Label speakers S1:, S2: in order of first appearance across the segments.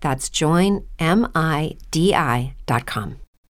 S1: That's joinmidi.com.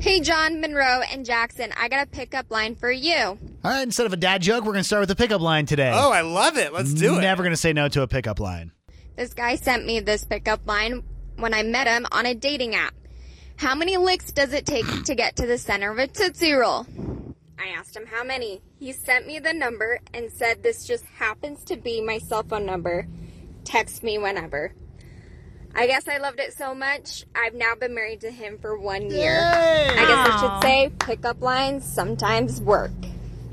S2: Hey, John, Monroe, and Jackson, I got a pickup line for you.
S3: All right, instead of a dad joke, we're going to start with a pickup line today.
S4: Oh, I love it. Let's do it.
S3: Never going to say no to a pickup line.
S2: This guy sent me this pickup line when I met him on a dating app. How many licks does it take to get to the center of a Tootsie Roll? I asked him how many. He sent me the number and said this just happens to be my cell phone number. Text me whenever. I guess I loved it so much, I've now been married to him for one year. I guess I should say pickup lines sometimes work.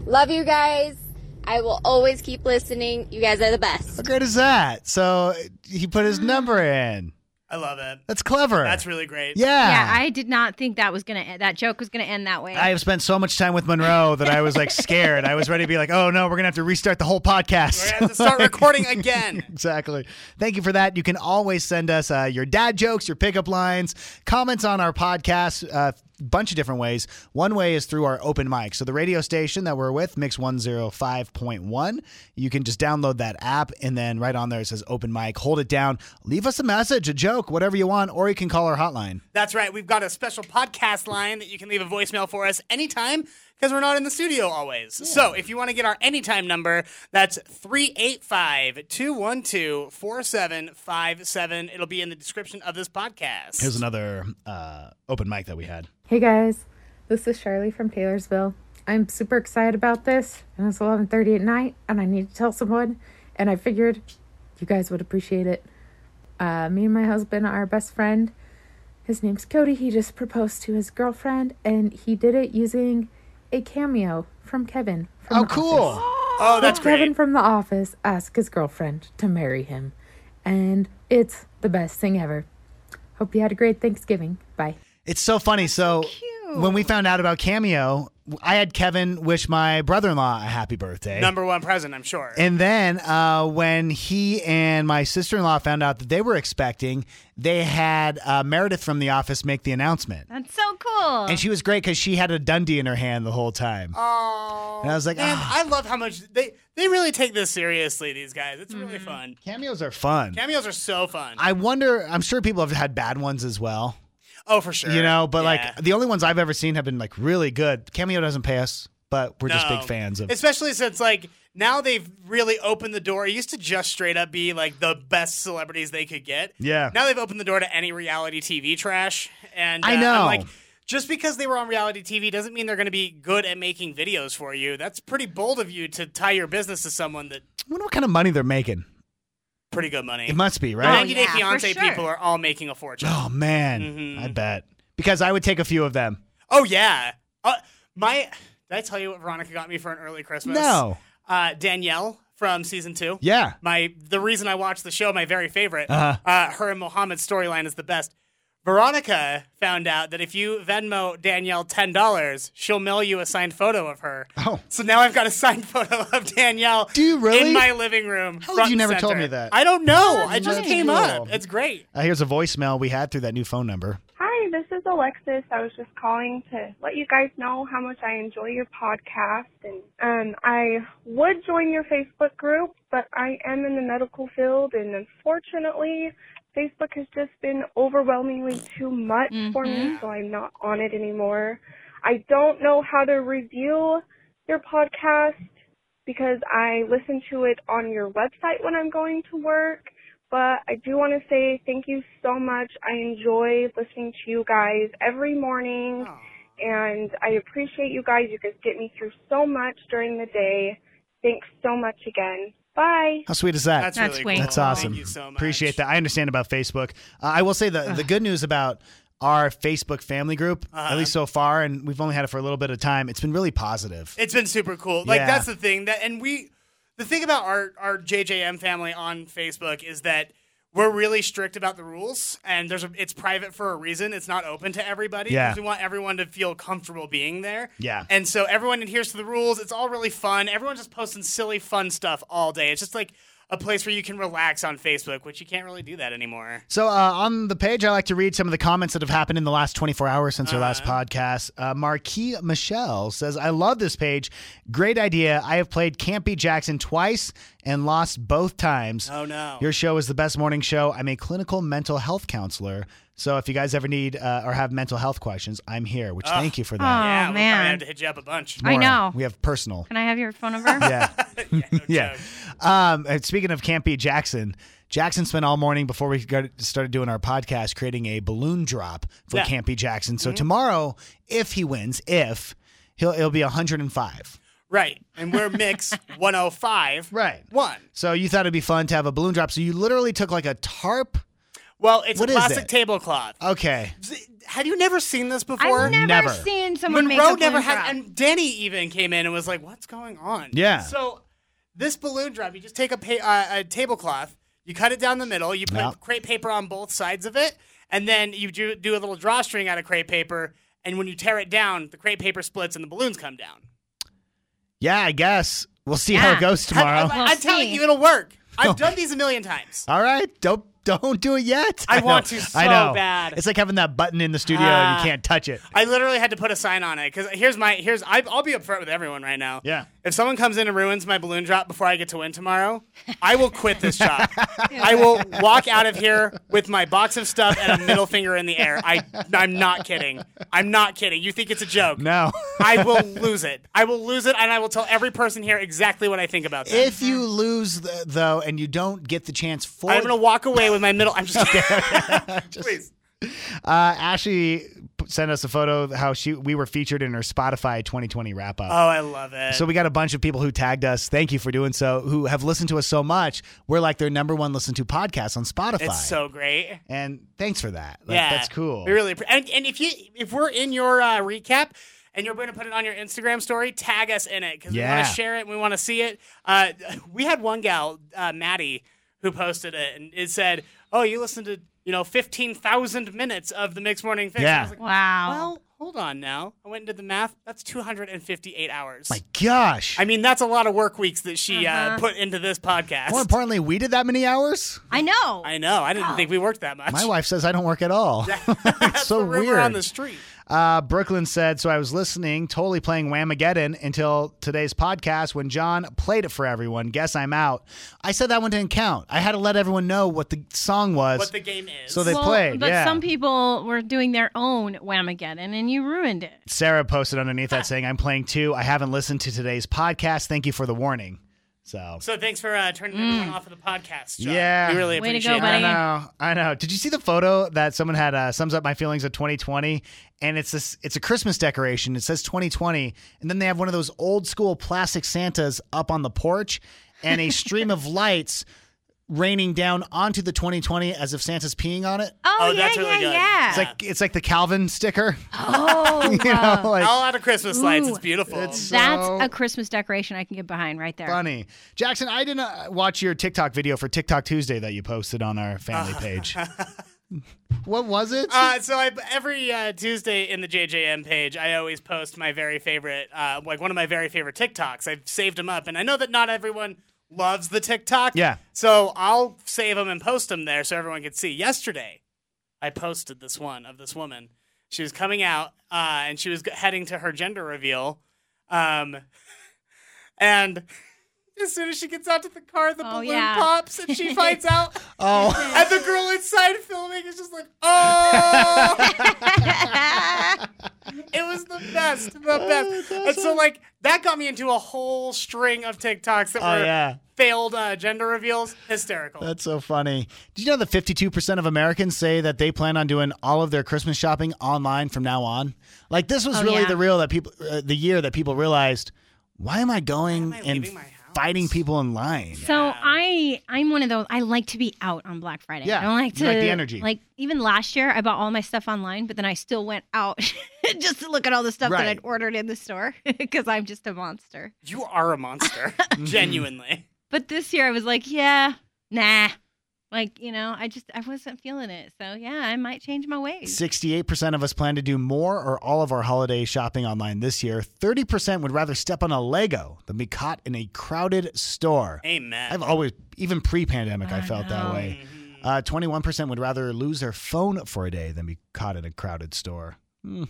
S2: Love you guys. I will always keep listening. You guys are the best.
S3: How great is that? So he put his number in.
S4: I love it.
S3: That's clever.
S4: That's really great.
S3: yeah.
S5: Yeah, I did not think that was gonna that joke was gonna end that way.
S3: I have spent so much time with Monroe that I was like scared. I was ready to be like, oh no, we're going to have to restart the whole podcast.
S4: We're gonna have to start recording again.
S3: Exactly. Thank you for that. You can always send us uh, your dad jokes, your pickup lines, comments on our podcast. A bunch of different ways. One way is through our open mic. So the radio station that we're with, Mix 105.1, you can just download that app and then right on there it says open mic. Hold it down. Leave us a message, a joke, whatever you want, or you can call our hotline.
S4: That's right. We've got a special podcast line that you can leave a voicemail for us anytime because we're not in the studio always. So if you want to get our anytime number, that's 385 212 4757. It'll be in the description of this podcast.
S3: Here's another uh, open mic that we had.
S6: Hey guys, this is Charlie from Taylorsville. I'm super excited about this, and it's 11:30 at night, and I need to tell someone, and I figured you guys would appreciate it. Uh, me and my husband are best friend. His name's Cody. He just proposed to his girlfriend, and he did it using a cameo from Kevin. From
S3: Oh,
S6: The
S3: cool.
S6: Office.
S4: oh, that's
S6: Kevin
S4: great.
S6: from The Office asked his girlfriend to marry him, and it's the best thing ever. Hope you had a great Thanksgiving. Bye.
S3: It's so funny. So, when we found out about Cameo, I had Kevin wish my brother in law a happy birthday.
S4: Number one present, I'm sure.
S3: and then uh, when he and my sister in law found out that they were expecting, they had uh, Meredith from The Office make the announcement.
S5: That's so cool.
S3: And she was great because she had a Dundee in her hand the whole time.
S4: Oh,
S3: And I was like,
S4: man,
S3: ah.
S4: I love how much they, they really take this seriously, these guys. It's really
S5: Mm-hmm.
S4: fun.
S3: Cameos are fun.
S4: Cameos are so fun.
S3: I wonder, I'm sure people have had bad ones as well,
S4: oh, for sure.
S3: you know, but
S4: Yeah.
S3: like the only ones I've ever seen have been like really good. Cameo doesn't pay us, but we're just
S4: No.
S3: big fans of
S4: Especially since like now they've really opened the door. It used to just straight up be like the best celebrities they could get.
S3: Yeah.
S4: Now they've opened the door to any reality TV trash. And uh,
S3: I
S4: I'm
S3: know.
S4: like just because they were on reality TV doesn't mean they're going to be good at making videos for you. That's pretty bold of you to tie your business to someone that
S3: I wonder what kind of money they're making.
S4: pretty good money.
S3: It must be, right?
S4: 90
S5: Oh,
S4: Day
S5: yeah, for
S4: Fiance
S5: sure.
S4: people are all making a fortune. Mm-hmm.
S3: Oh man, I bet because I would take a few of them.
S4: Oh yeah. Uh, my did I tell you what Veronica got me for an early Christmas?
S3: No.
S4: Uh, Danielle from season two.
S3: Yeah.
S4: My the reason I watched the show, my very favorite.
S3: Uh-huh.
S4: Uh, her and Mohammed's storyline is the best. Veronica found out that if you Venmo Danielle ten dollars, she'll mail you a signed photo of her.
S3: Oh.
S4: So now I've got a signed photo of Danielle.
S3: Do you really?
S4: In my living room.
S3: How did
S4: front
S3: you
S4: and
S3: never tell
S4: center.
S3: me that?
S7: Oh,
S4: I don't know. I just
S3: nice.
S4: came
S3: Cool.
S4: up. It's great.
S3: Uh, here's a voicemail we had through that new phone number.
S7: Hi, this is Alexis. I was just calling to let you guys know how much I enjoy your podcast. And um, I would join your Facebook group, but I am in the medical field, and unfortunately, Facebook has just been overwhelmingly too much for me, so I'm not on it anymore. I don't know how to review your podcast because I listen to it on your website when I'm going to work. But I do want to say thank you so much. I enjoy listening to you guys every morning, and I appreciate you guys. You guys get me through so much during the day. Thanks so much again. Bye.
S3: How sweet is that?
S4: That's,
S5: That's
S4: really
S5: way
S4: cool.
S5: That's
S3: awesome.
S4: Thank you so much.
S3: Appreciate that. I understand about Facebook. Uh, I will say the the good news about our Facebook family group,
S4: Uh-huh.
S3: at least so far, and we've only had it for a little bit of time. It's been really positive.
S4: It's been super cool. Like
S3: Yeah.
S4: that's the thing that, and we, the thing about our our JJM family on Facebook is that we're really strict about the rules, and there's a, it's private for a reason. It's not open to everybody. 'cause
S3: Yeah.
S4: we want everyone to feel comfortable being there.
S3: Yeah.
S4: and so everyone adheres to the rules. It's all really fun. Everyone's just posting silly, fun stuff all day. It's just like a place where you can relax on Facebook, which you can't really do that anymore.
S3: So uh, on the page, I like to read some of the comments that have happened in the last 24 hours since our last podcast. Uh, Marquis Michelle says, "I love this page. Great idea. I have played Campy Jackson twice and lost both times.
S4: Oh no.
S3: Your show is the best morning show. I'm a clinical mental health counselor. So if you guys ever need uh, or have mental health questions, I'm here. Which thank you for that.
S5: Aw.
S4: yeah, we'll probably
S5: man.
S4: have to hit you up a bunch.
S5: I
S3: More,
S5: know.
S3: We have personal.
S5: Can I have your phone number?
S3: Yeah. yeah. Um, and speaking of Campy Jackson, Jackson spent all morning before we got, started doing our podcast creating a balloon drop for
S4: Yeah. Mm-hmm.
S3: Campy Jackson. So tomorrow, if he wins, if he'll it'll be 105.
S4: Right. And we're mix 105.
S3: Right.
S4: One.
S3: So you thought it'd be fun to have a balloon drop. So you literally took like a tarp.
S4: Well, it's
S3: What
S4: a
S3: is
S4: plastic
S3: it?
S4: tablecloth.
S3: Okay.
S4: Have you never seen this before?
S5: I've never,
S3: never.
S5: seen someone make
S4: Monroe
S5: a
S4: never
S5: balloon
S4: had,
S5: drop.
S4: and Danny even came in and was like, "What's going on?"
S3: Yeah.
S4: So this balloon drop, you just take a pa- uh, a tablecloth, you cut it down the middle, you put
S3: Yeah.
S4: crepe paper on both sides of it, and then you do do a little drawstring out of crepe paper. And when you tear it down, the crepe paper splits and the balloons come down.
S3: Yeah, I guess we'll see how
S5: Yeah.
S3: it goes tomorrow.
S4: I,
S5: We'll
S4: am telling
S5: Oh. see.
S4: you, it'll work. I've done these a million times.
S3: All right, don't don't do it yet.
S4: I
S3: know,
S4: want to so
S3: I know.
S4: bad.
S3: It's like having that button in the studio and
S4: Ah.
S3: you can't touch it.
S4: I literally had to put a sign on it because here's my here's I, I'll be upfront with everyone right now.
S3: Yeah.
S4: If someone comes in and ruins my balloon drop before I get to win tomorrow, I will quit this job. I will walk out of here with my box of stuff and a middle finger in the air. I I'm not kidding. I'm not kidding. You think it's a joke?
S3: No.
S4: I will lose it. I will lose it, and I will tell every person here exactly what I think about them.
S3: If you lose th- though, and you don't get the chance for
S4: I'm gonna walk away with my middle. I'm just kidding. Please.
S3: Uh, Ashley p- sent us a photo of how she we were featured in her Spotify 2020 wrap
S4: Oh,
S3: up.
S4: I love it.
S3: So we got a bunch of people who tagged us. Thank you for doing so. Who have listened to us so much? We're like their number one listened to podcast on Spotify.
S4: it's so great.
S3: and thanks for that. Like,
S4: yeah,
S3: that's cool.
S4: We really appre- and, and if you if we're in your uh, recap and you're going to put it on your Instagram story, tag us in it because we
S3: Yeah.
S4: want to share it and we want to see it. Uh, we had one gal, uh, Maddie, who posted it and it said, "Oh, you listened to you know fifteen thousand minutes of the Mixed Morning Fix." And
S3: Yeah.
S4: I was like,
S5: Wow.
S4: Well, hold on now. I went and did the math. That's two hundred and fifty-eight hours.
S3: My gosh.
S4: I mean, that's a lot of work weeks that she uh
S5: Uh-huh.
S4: put into this podcast.
S3: More importantly, we did that many hours.
S5: I know.
S4: I know. I didn't think we worked that much.
S3: My wife says I don't work at all. it's so
S4: The rumor
S3: weird.
S4: on the street.
S3: Uh, Brooklyn said, so I was listening, totally playing Whamageddon until today's podcast when John played it for everyone. Guess I'm out. I said that one didn't count. I had to let everyone know what the song was.
S4: What the game is.
S3: so they
S5: well,
S3: played.
S5: But
S3: yeah.
S5: some people were doing their own Whamageddon, and you ruined it.
S3: Sarah posted underneath that saying, I'm playing too. I haven't listened to today's podcast. Thank you for the warning. So,
S4: So thanks for uh, turning everyone off of the podcast. John.
S3: Yeah.
S4: we really
S5: Mm. Way to
S4: appreciate
S5: go,
S4: it.
S5: buddy.
S3: I know. I know. Did you see the photo that someone had uh, sums up my feelings of 2020? And it's this it's a Christmas decoration. It says 2020, and then they have one of those old school plastic Santas up on the porch and a stream of lights raining down onto the 2020 as if Santa's peeing on it.
S5: Oh,
S4: Oh,
S5: yeah,
S4: that's really
S5: yeah,
S4: good.
S5: yeah.
S3: It's like it's like the Calvin sticker.
S5: oh,
S3: You know, like
S4: All out of Christmas lights. It's
S5: Ooh.
S4: beautiful.
S5: that's
S3: so
S5: a Christmas decoration I can get behind right there.
S3: funny. Jackson, I didn't uh, watch your TikTok video for TikTok Tuesday that you posted on our family page. what was it?
S4: uh, so I, every uh, Tuesday in the JJM page, I always post my very favorite, uh, like one of my very favorite TikToks. I've saved them up, and I know that not everyone loves the TikTok.
S3: Yeah.
S4: So I'll save them and post them there so everyone can see. Yesterday, I posted this one of this woman She was coming out uh, and she was g- heading to her gender reveal. Um, and as soon as she gets out to the car, the
S5: Oh,
S4: balloon
S5: yeah.
S4: pops and she finds out.
S3: Oh,
S4: And the girl inside filming is just like, oh! it was the best, the
S3: Oh,
S4: best. and so, like, that got me into a whole string of TikToks that
S3: Oh,
S4: were
S3: yeah.
S4: failed uh, gender reveals. Hysterical.
S3: that's so funny. Did you know that 52% of Americans say that they plan on doing all of their Christmas shopping online from now on? Like this was
S5: Oh,
S3: really
S5: yeah.
S3: the real that people uh, the year that people realized, why am I going
S4: Why am I
S3: and
S4: leaving my house?
S3: fighting people in line?
S5: So I I'm one of those I like to be out on Black Friday.
S3: Yeah,
S5: I don't like
S3: you
S5: to
S3: like the energy.
S5: Like even last year I bought all my stuff online, but then I still went out just to look at all the stuff
S3: Right.
S5: that I'd ordered in the store because I'm just a monster.
S4: You are a monster,
S3: Mm-hmm.
S4: genuinely.
S5: But this year I was like, yeah, nah. Like, you know, I just I wasn't feeling it. So yeah, I might change my ways.
S3: 68% of us plan to do more or all of our holiday shopping online this year. 30% would rather step on a Lego than be caught in a crowded store.
S4: Amen. Mm-hmm.
S3: I've always, even pre pandemic, I felt that way. Uh, 21% would rather lose their phone for a day than be caught in a crowded store. Hmm.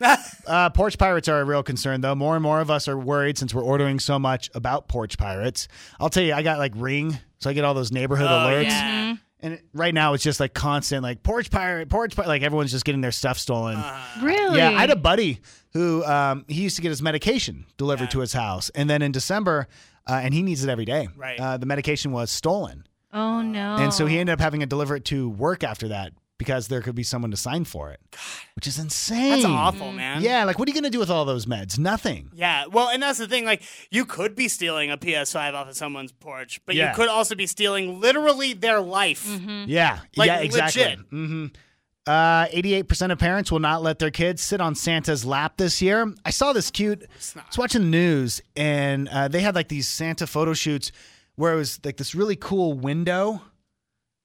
S3: uh, porch pirates are a real concern, though. More and more of us are worried since we're ordering so much about porch pirates. I'll tell you, I got like Ring, so I get all those neighborhood
S4: Oh,
S3: alerts.
S5: Mm-hmm.
S4: yeah.
S3: And right now it's just like constant, like porch pirate, porch pirate. Like everyone's just getting their stuff stolen.
S4: Uh, Uh-huh.
S5: Really?
S3: Yeah, I had a buddy who um, he used to get his medication delivered to his house, and then in December, uh, and he needs it every day.
S4: Right.
S3: Uh, the medication was stolen,
S5: Oh no.
S3: and so he ended up having to deliver it to work after that because there could be someone to sign for it, which is insane.
S4: That's awful, man.
S3: Yeah, like what are you gonna do with all those meds? Nothing.
S4: Yeah, well, and that's the thing. Like, you could be stealing a PS5 off of someone's porch, but
S3: Yeah.
S4: you could also be stealing literally their life.
S5: Mm-hmm.
S3: Yeah.
S4: Mm-hmm. Like,
S3: yeah, exactly.
S4: legit.
S3: Mm-hmm. Uh, 88% of parents will not let their kids sit on Santa's lap this year. I saw this cute, I was watching the news, and uh, they had like these Santa photo shoots where it was like this really cool window.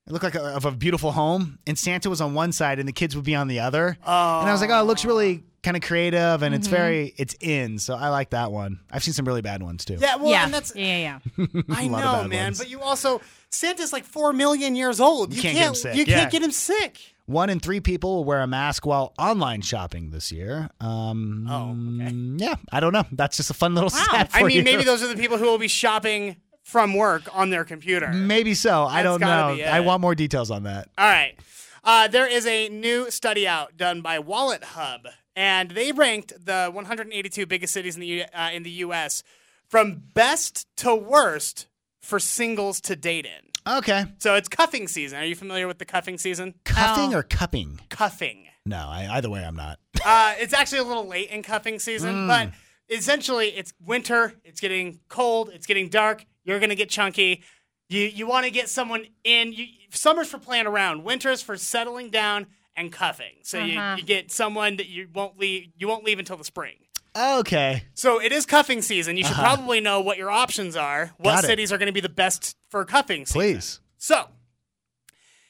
S3: It looked like a, of a beautiful home, and Santa was on one side, and the kids would be on the other.
S4: Oh,
S3: And I was like, oh, it looks really kind of creative, and it's
S4: Mm-hmm.
S3: very, it's in. So I like that one. I've seen some really bad ones too.
S4: yeah. Well,
S5: yeah.
S4: and that's
S5: yeah, yeah, yeah.
S4: I
S3: lot of
S4: know,
S3: bad
S4: man.
S3: ones.
S4: But you also Santa's like four million years old. You,
S3: can't get him sick,
S4: You
S3: yeah.
S4: can't get him sick.
S3: One in three people will wear a mask while online shopping this year. Um,
S4: Oh, okay.
S3: Yeah, I don't know. That's just a fun little stat for
S4: I mean,
S3: you.
S4: maybe those are the people who will be shopping from work on their computer.
S3: Maybe so. I
S4: That's
S3: don't
S4: gotta
S3: know.
S4: be it.
S3: I want more details on that.
S4: All right. Uh, there is a new study out done by Wallet Hub, and they ranked the 182 biggest cities in the U- uh, in the U.S. from best to worst for singles to date in.
S3: Okay.
S4: So it's cuffing season. Are you familiar with the cuffing season?
S3: Cuffing
S4: Oh.
S3: or cupping?
S4: Cuffing.
S3: No, I, either way, I'm not.
S4: Uh, it's actually a little late in cuffing
S3: Mm.
S4: season, but essentially it's winter. It's getting cold. It's getting dark. You're gonna get chunky. You you want to get someone in. You, summer's for playing around. Winter's for settling down and cuffing. So
S5: Uh-huh.
S4: you, you get someone that you won't leave. You won't leave until the spring.
S3: Okay.
S4: So it is cuffing season. You should probably know what your options are. What
S3: Uh-huh. Got it.
S4: cities are going to be the best for cuffing season?
S3: Please.
S4: So,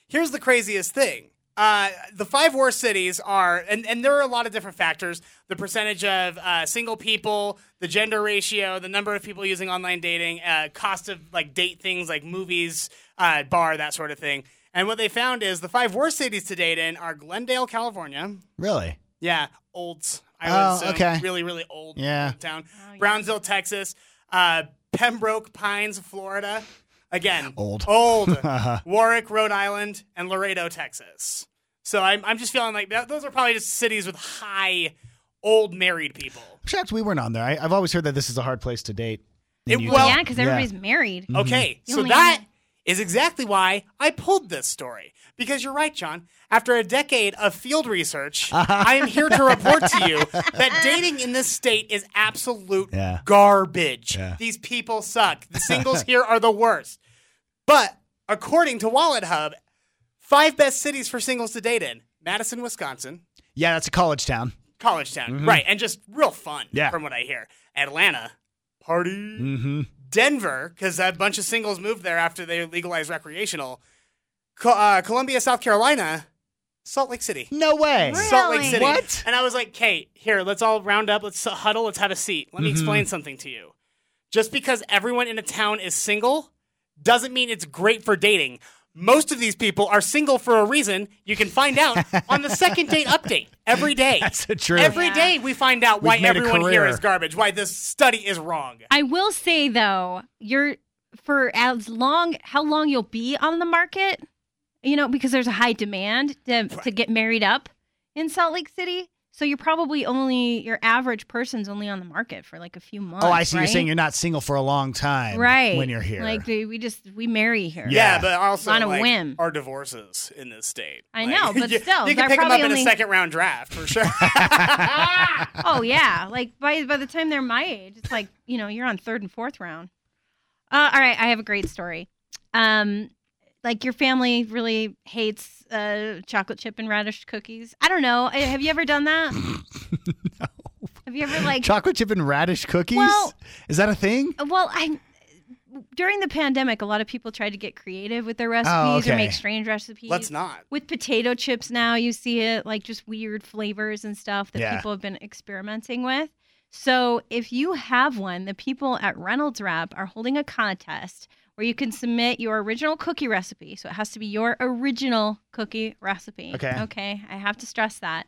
S4: here's the craziest thing. Uh, the five worst cities are, and, and there are a lot of different factors the percentage of uh, single people, the gender ratio, the number of people using online dating, uh, cost of like date things like movies, uh, bar, that sort of thing. And what they found is the five worst cities to date in are Glendale, California.
S3: Really?
S4: Yeah, Olds. I
S3: Oh,
S4: would assume
S3: okay.
S4: Really, really old
S3: Yeah.
S4: town. Brownsville, Texas. Uh, Pembroke Pines, Florida. Again,
S3: Old. Uh-huh.
S4: Old. Warwick, Rhode Island, and Laredo, Texas. So I'm, I'm just feeling like that, those are probably just cities with high old married people.
S3: I'm shocked we weren't on there. I, I've always heard that this is a hard place to date. in
S4: It-
S3: Utah.
S4: well- Mm-hmm.
S5: yeah, because everybody's married.
S4: Okay,
S5: You
S4: so
S5: only
S4: that
S5: have-
S4: is exactly why I pulled this story. Because you're right, John. After a decade of field research, I am here to report to you that dating in this state is absolute
S3: Yeah.
S4: garbage.
S3: Yeah.
S4: These people suck. The singles here are the worst. But according to Wallet Hub, five best cities for singles to date in Madison, Wisconsin,
S3: Yeah, that's a college town.
S4: college town, right, and just real fun
S3: Mm-hmm. Yeah.
S4: from what I hear. Atlanta, party.
S3: Mm-hmm.
S4: Denver, because a bunch of singles moved there after they legalized recreational. Co- uh, Columbia, South Carolina, Salt Lake City.
S3: No way.
S4: Salt Lake
S5: Really?
S4: City.
S3: What?
S4: And I was like, Kate, here, let's all round up, let's huddle, let's have a seat.
S3: Mm-hmm.
S4: Let me explain something to you. Just because everyone in a town is single doesn't mean it's great for dating. Most of these people are single for a reason. You can find out on the second date update every day.
S3: That's the truth.
S4: Every day we find out why
S3: We've made a
S4: everyone here
S3: career.
S4: is garbage, why this study is wrong.
S5: I will say though, you're for as long how long you'll be on the market, you know, because there's a high demand to, to get married up in Salt Lake City. So you're probably only your average person's only on the market for like a few months.
S3: Oh, I see. You're
S5: right?
S3: saying you're not single for a long time,
S5: right
S3: When you're here,
S5: Like we we just we marry here.
S4: Yeah,
S3: Yeah.
S4: but also
S5: On a
S4: like,
S5: whim.
S4: our divorces in this state.
S5: I
S4: Like,
S5: know, but
S4: you,
S5: still,
S4: you can
S5: they're
S4: pick them up
S5: probably
S4: in a
S5: only-
S4: second round draft for sure.
S5: oh yeah like by by the time they're my age it's like you know you're on third and fourth round uh, all right i have a great story um like your family really hates uh, chocolate chip and radish cookies i don't know I- have you ever done that have you ever like
S3: chocolate chip and radish cookies.
S5: Well-
S3: is that a thing?
S5: well i during the pandemic a lot of people tried to get creative with their recipes
S3: Oh, okay.
S5: or make strange recipes
S4: Let's not.
S5: with potato chips now you see it like just weird flavors and stuff that
S3: Yeah.
S5: people have been experimenting with so if you have one the people at reynolds wrap are holding a contest where you can submit your original cookie recipe so it has to be your original cookie recipe
S3: Okay.
S5: okay i have to stress that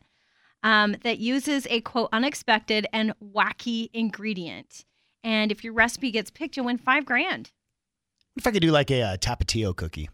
S5: um, that uses a quote unexpected and wacky ingredient and if your recipe gets picked you'll win five grand
S3: If I could do like a uh, tapatio cookie,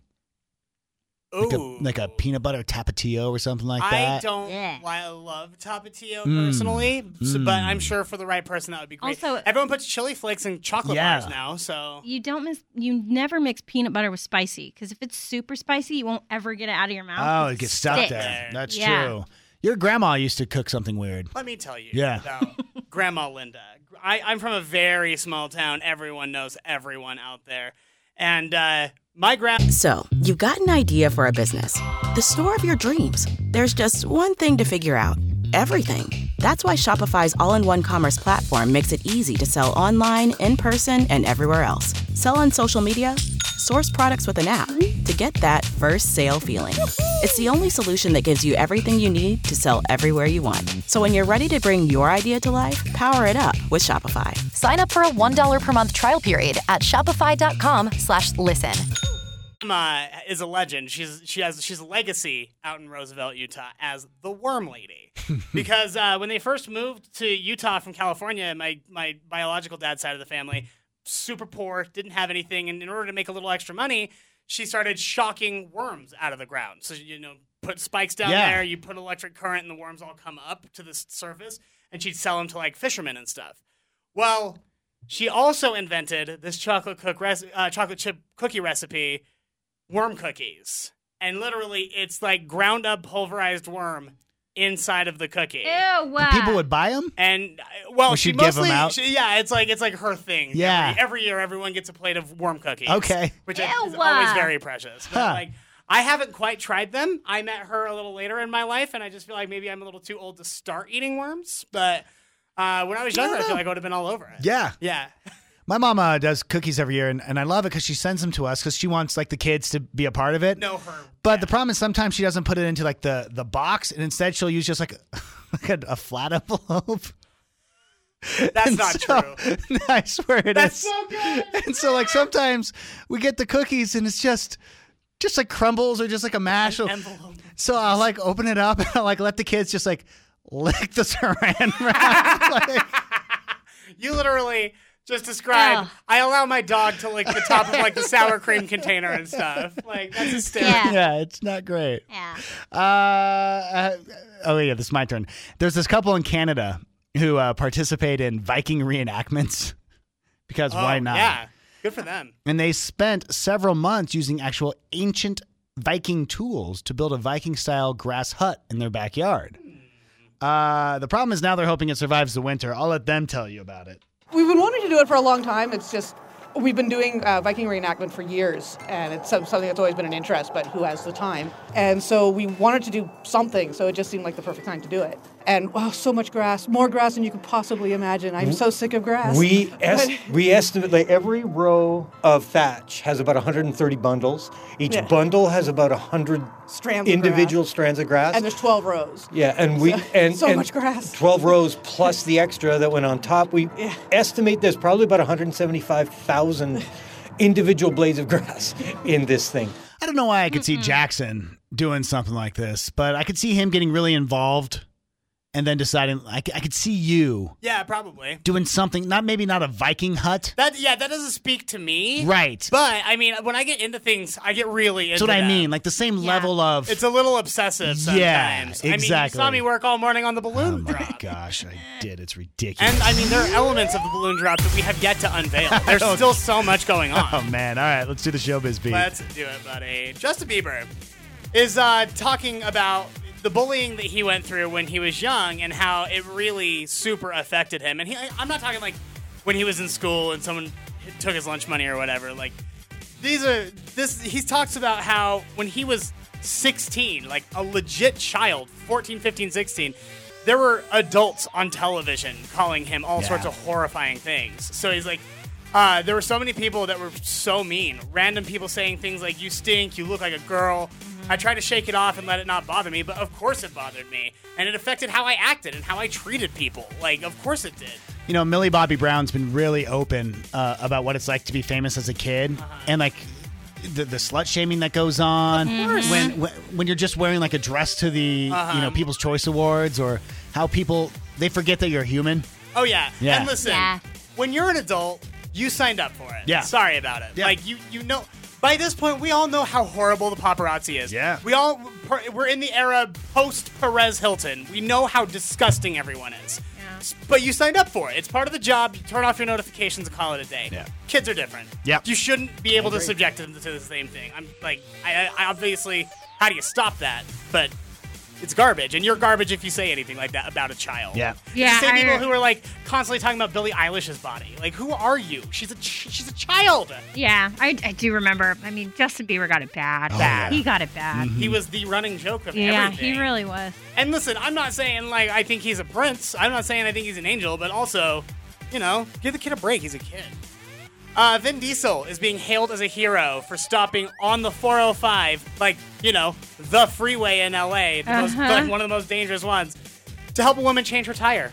S3: like a,
S4: Ooh.
S3: like a peanut butter tapatio or something like
S4: I
S3: that.
S4: don't
S5: Yeah.
S4: why I love Tapatio
S3: Mm.
S4: personally, so, but
S3: Mm.
S4: I'm sure for the right person that would be great.
S5: Also-
S4: everyone puts chili flakes in chocolate
S3: Yeah.
S4: bars now, so
S5: You don't miss. You never mix peanut butter with spicy because if it's super spicy, you won't ever get it out of your mouth.
S3: oh,
S5: 'cause
S3: it gets stuck
S5: sticks.
S3: there. That's
S5: Yeah.
S3: true. Your grandma used to cook something weird.
S4: let me tell you
S3: Yeah.
S4: about Grandma Linda. I, I'm from a very small town. Everyone knows everyone out there, and uh, my grand.
S8: So, you've got an idea for a business, the store of your dreams. There's just one thing to figure out everything. That's why Shopify's all in one commerce platform makes it easy to sell online, in person, and everywhere else. Sell on social media, source products with an app to get that first sale feeling. It's the only solution that gives you everything you need to sell everywhere you want. So, when you're ready to bring your idea to life, power it up with Shopify.
S9: Sign up for a $1 per month trial period at shopify.com slash listen.
S4: Emma is a legend. She's she has she's a legacy out in Roosevelt, Utah, as the Worm Lady, because uh, when they first moved to Utah from California, my my biological dad's side of the family, super poor, didn't have anything, and in order to make a little extra money, she started shocking worms out of the ground. So you know, put spikes down
S3: Yeah.
S4: there, you put electric current, and the worms all come up to the s- surface, and she'd sell them to like fishermen and stuff. Well, she also invented this chocolate cook rec- uh, chocolate chip cookie recipe, worm cookies, and literally it's like ground up pulverized worm inside of the cookie.
S5: Ew. wow.
S3: People would buy them.
S4: And uh, well,
S3: Well,
S4: she
S3: she'd give 'em
S4: mostly
S3: out?
S4: she- yeah, it's like it's like her thing.
S3: Yeah.
S4: every, every year everyone gets a plate of worm cookies.
S3: Okay.
S4: which is
S5: Ew.
S4: always very precious. But
S3: Huh.
S4: like. I haven't quite tried them. I met her a little later in my life, and I just feel like maybe I'm a little too old to start eating worms. But uh, when I was younger, I feel like I would have been all over it.
S3: Yeah.
S4: yeah.
S3: My mama does cookies every year, and, and I love it because she sends them to us because she wants like the kids to be a part of it.
S4: No, her.
S3: But the problem is sometimes she doesn't put it into like the the box, and instead she'll use just like a, like a, a flat envelope.
S4: That's
S3: And
S4: not
S3: so-
S4: true.
S3: I swear it is.
S4: That's so good.
S3: And so like sometimes we get the cookies, and it's just just like crumbles or just like a mash.
S4: Envelope.
S3: So I will like open it up and I will like let the kids just like lick the saran wrap. Like,
S4: You literally just described.
S5: Ugh.
S4: I allow my dog to lick the top of like the sour cream container and stuff. Like that's hysterical.
S5: Yeah.
S3: yeah, it's not great.
S5: Yeah.
S3: Uh, uh, oh yeah, this is my turn. There's this couple in Canada who uh, participate in Viking reenactments because
S4: Oh,
S3: why not?
S4: Yeah, good for them.
S3: And they spent several months using actual ancient Viking tools to build a Viking style grass hut in their backyard. Uh, the problem is now they're hoping it survives the winter. I'll let them tell you about it.
S10: We've been wanting to do it for a long time. It's just we've been doing uh, Viking reenactment for years, and it's some- something that's always been an interest. But who has the time? And so we wanted to do something, so it just seemed like the perfect time to do it. And wow, so much grass, more grass than you could possibly imagine. I'm so sick of grass.
S11: We est- we estimate like every row of thatch has about 130 bundles. Each
S10: Yeah.
S11: bundle has about 100
S10: Strands of
S11: individual
S10: grass.
S11: strands of grass.
S10: and there's 12 rows.
S11: yeah, and we and
S10: so
S11: and
S10: much grass.
S11: 12 rows plus the extra that went on top. We estimate there's probably about 175,000 individual blades of grass in this thing.
S3: I I don't know why I could see Jackson doing something like this, but I could see him getting really involved and then deciding, I, c- I could see you
S4: Yeah, probably.
S3: doing something, not maybe not a Viking hut.
S4: That yeah, that doesn't speak to me.
S3: Right.
S4: But I mean, when I get into things, I get really
S3: That's
S4: into
S3: what I
S4: that.
S3: mean. Like the same level of.
S4: It's a little obsessive sometimes.
S3: Yeah,
S4: I mean, you
S3: exactly.
S4: saw me work all morning on the balloon
S3: oh
S4: drop.
S3: my gosh, I did. It's ridiculous.
S4: And I mean, there are elements of the balloon drop that we have yet to unveil. There's
S3: don't-
S4: still so much going on.
S3: Oh man! All right, let's do the showbiz beat.
S4: Let's do it, buddy. Justin Bieber is uh, talking about the bullying that he went through when he was young and how it really super affected him. And he, I- I'm not talking like when he was in school and someone took his lunch money or whatever. Like these are this. He talks about how when he was 16, like a legit child, 14, 15, 16. There were adults on television calling him all
S12: Yeah.
S4: sorts of horrifying things. So he's like, uh, there were so many people that were so mean. Random people saying things like, you stink, you look like a girl. I tried to shake it off and let it not bother me, but of course it bothered me. And it affected how I acted and how I treated people. Like, of course it did.
S3: You know, Millie Bobby Brown's been really open uh, about what it's like to be famous as a kid,
S4: Uh-huh.
S3: and like the, the slut shaming that goes on
S4: course.
S3: when, when when you're just wearing like a dress to the you know
S4: Uh-huh.
S3: People's Choice Awards, or how people they forget that you're human.
S4: Oh yeah.
S3: Yeah.
S4: And listen, when you're an adult, you signed up for it.
S3: Yeah.
S4: Sorry about it. Like you, you know. By this point, we all know how horrible the paparazzi is. Yeah. We all we're in the era post Perez Hilton. We know how disgusting everyone is. But you signed up for it. It's part of the job. You turn off your notifications and call it a day. Yeah. Kids are different.
S3: Yeah.
S4: You shouldn't be
S3: I
S4: able to
S3: agree.
S4: subject them to the same thing. I'm like, I, I obviously, how do you stop that? But it's garbage, and you're garbage if you say anything like that about a child.
S3: Yeah.
S4: Yeah,
S5: Yeah,
S4: the same
S5: I-
S4: people who are like constantly talking about Billie Eilish's body. Like, who are you? She's a ch- she's a child.
S5: Yeah, I, I do remember. I mean, Justin Bieber got it bad.
S3: Oh,
S4: Bad.
S5: He got it bad.
S3: Mm-hmm.
S4: He was the running joke of
S5: Yeah,
S4: everything.
S5: he really was.
S4: and listen, I'm not saying like I think he's a prince. I'm not saying I think he's an angel, but also, you know, give the kid a break. He's a kid. Uh, Vin Diesel is being hailed as a hero for stopping on the 405, like you know, the freeway in LA, the most,
S12: Uh-huh.
S4: like one of the most dangerous ones, to help a woman change her tire.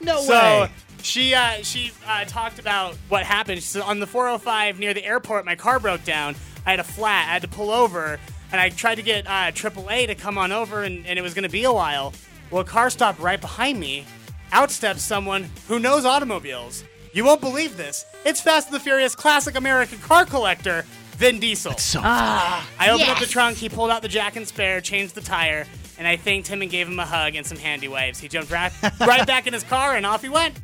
S12: No
S4: so she uh, she uh, talked about what happened. She said, on the 405 near the airport, my car broke down. I had a flat. I had to pull over, and I tried to get uh, AAA to come on over, and, and it was going to be a while. Well, a car stopped right behind me. Out steps someone who knows automobiles. You won't believe this. It's Fast and the Furious classic American car collector, Vin Diesel. Ah. I opened up the
S12: yes.
S4: trunk. He pulled out the jack and spare, changed the tire, and I thanked him and gave him a hug and some handy waves. He jumped right, right back in his car, and off he went.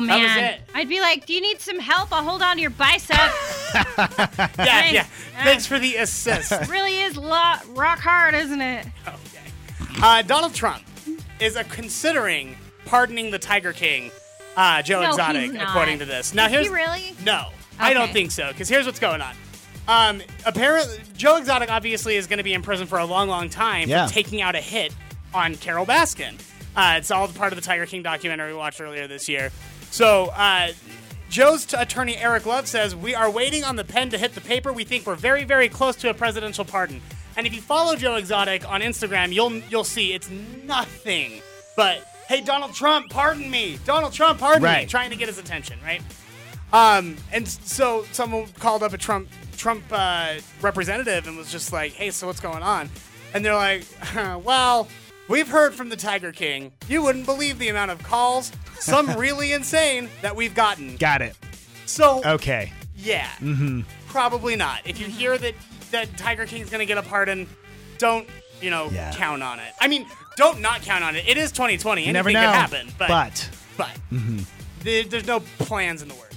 S4: That was
S5: man,
S4: it.
S5: I'd be like, "Do you need some help? I'll hold on to your bicep."
S4: Yeah, yeah. Thanks for the assist.
S5: It really is lo- rock hard, isn't it?
S4: Uh, Donald Trump is uh, considering pardoning the Tiger King, uh, Joe
S12: No, he's
S4: Exotic,
S12: not.
S4: according to this. Now
S12: Is
S4: here's
S12: he really?
S4: no, I don't
S12: Okay.
S4: think so. Because here's what's going on. Um, apparently, Joe Exotic obviously is going to be in prison for a long, long time
S12: Yeah.
S4: for taking out a hit on Carol Baskin. Uh, it's all part of the Tiger King documentary we watched earlier this year. So uh, Joe's t- attorney Eric Love says we are waiting on the pen to hit the paper. We think we're very, very close to a presidential pardon. And if you follow Joe Exotic on Instagram, you'll you'll see it's nothing but hey, Donald Trump, pardon me, Donald Trump, pardon me,
S12: Right.
S4: trying to get his attention, right? Um, and s- so someone called up a Trump Trump uh, representative and was just like, "Hey, so what's going on?" And they're like, "Well, we've heard from the Tiger King. You wouldn't believe the amount of calls, some really insane that we've gotten."
S3: Got it.
S4: So
S3: Okay.
S4: yeah,
S3: Mm-hmm.
S4: probably not. If you hear that that Tiger King's going to get a pardon, don't you know count on it. I mean, don't not count on it. It is 2020.
S3: You
S4: Anything
S3: never know.
S4: could happen. But
S3: but.
S4: but
S3: Mhm.
S4: there- there's no plans in the words.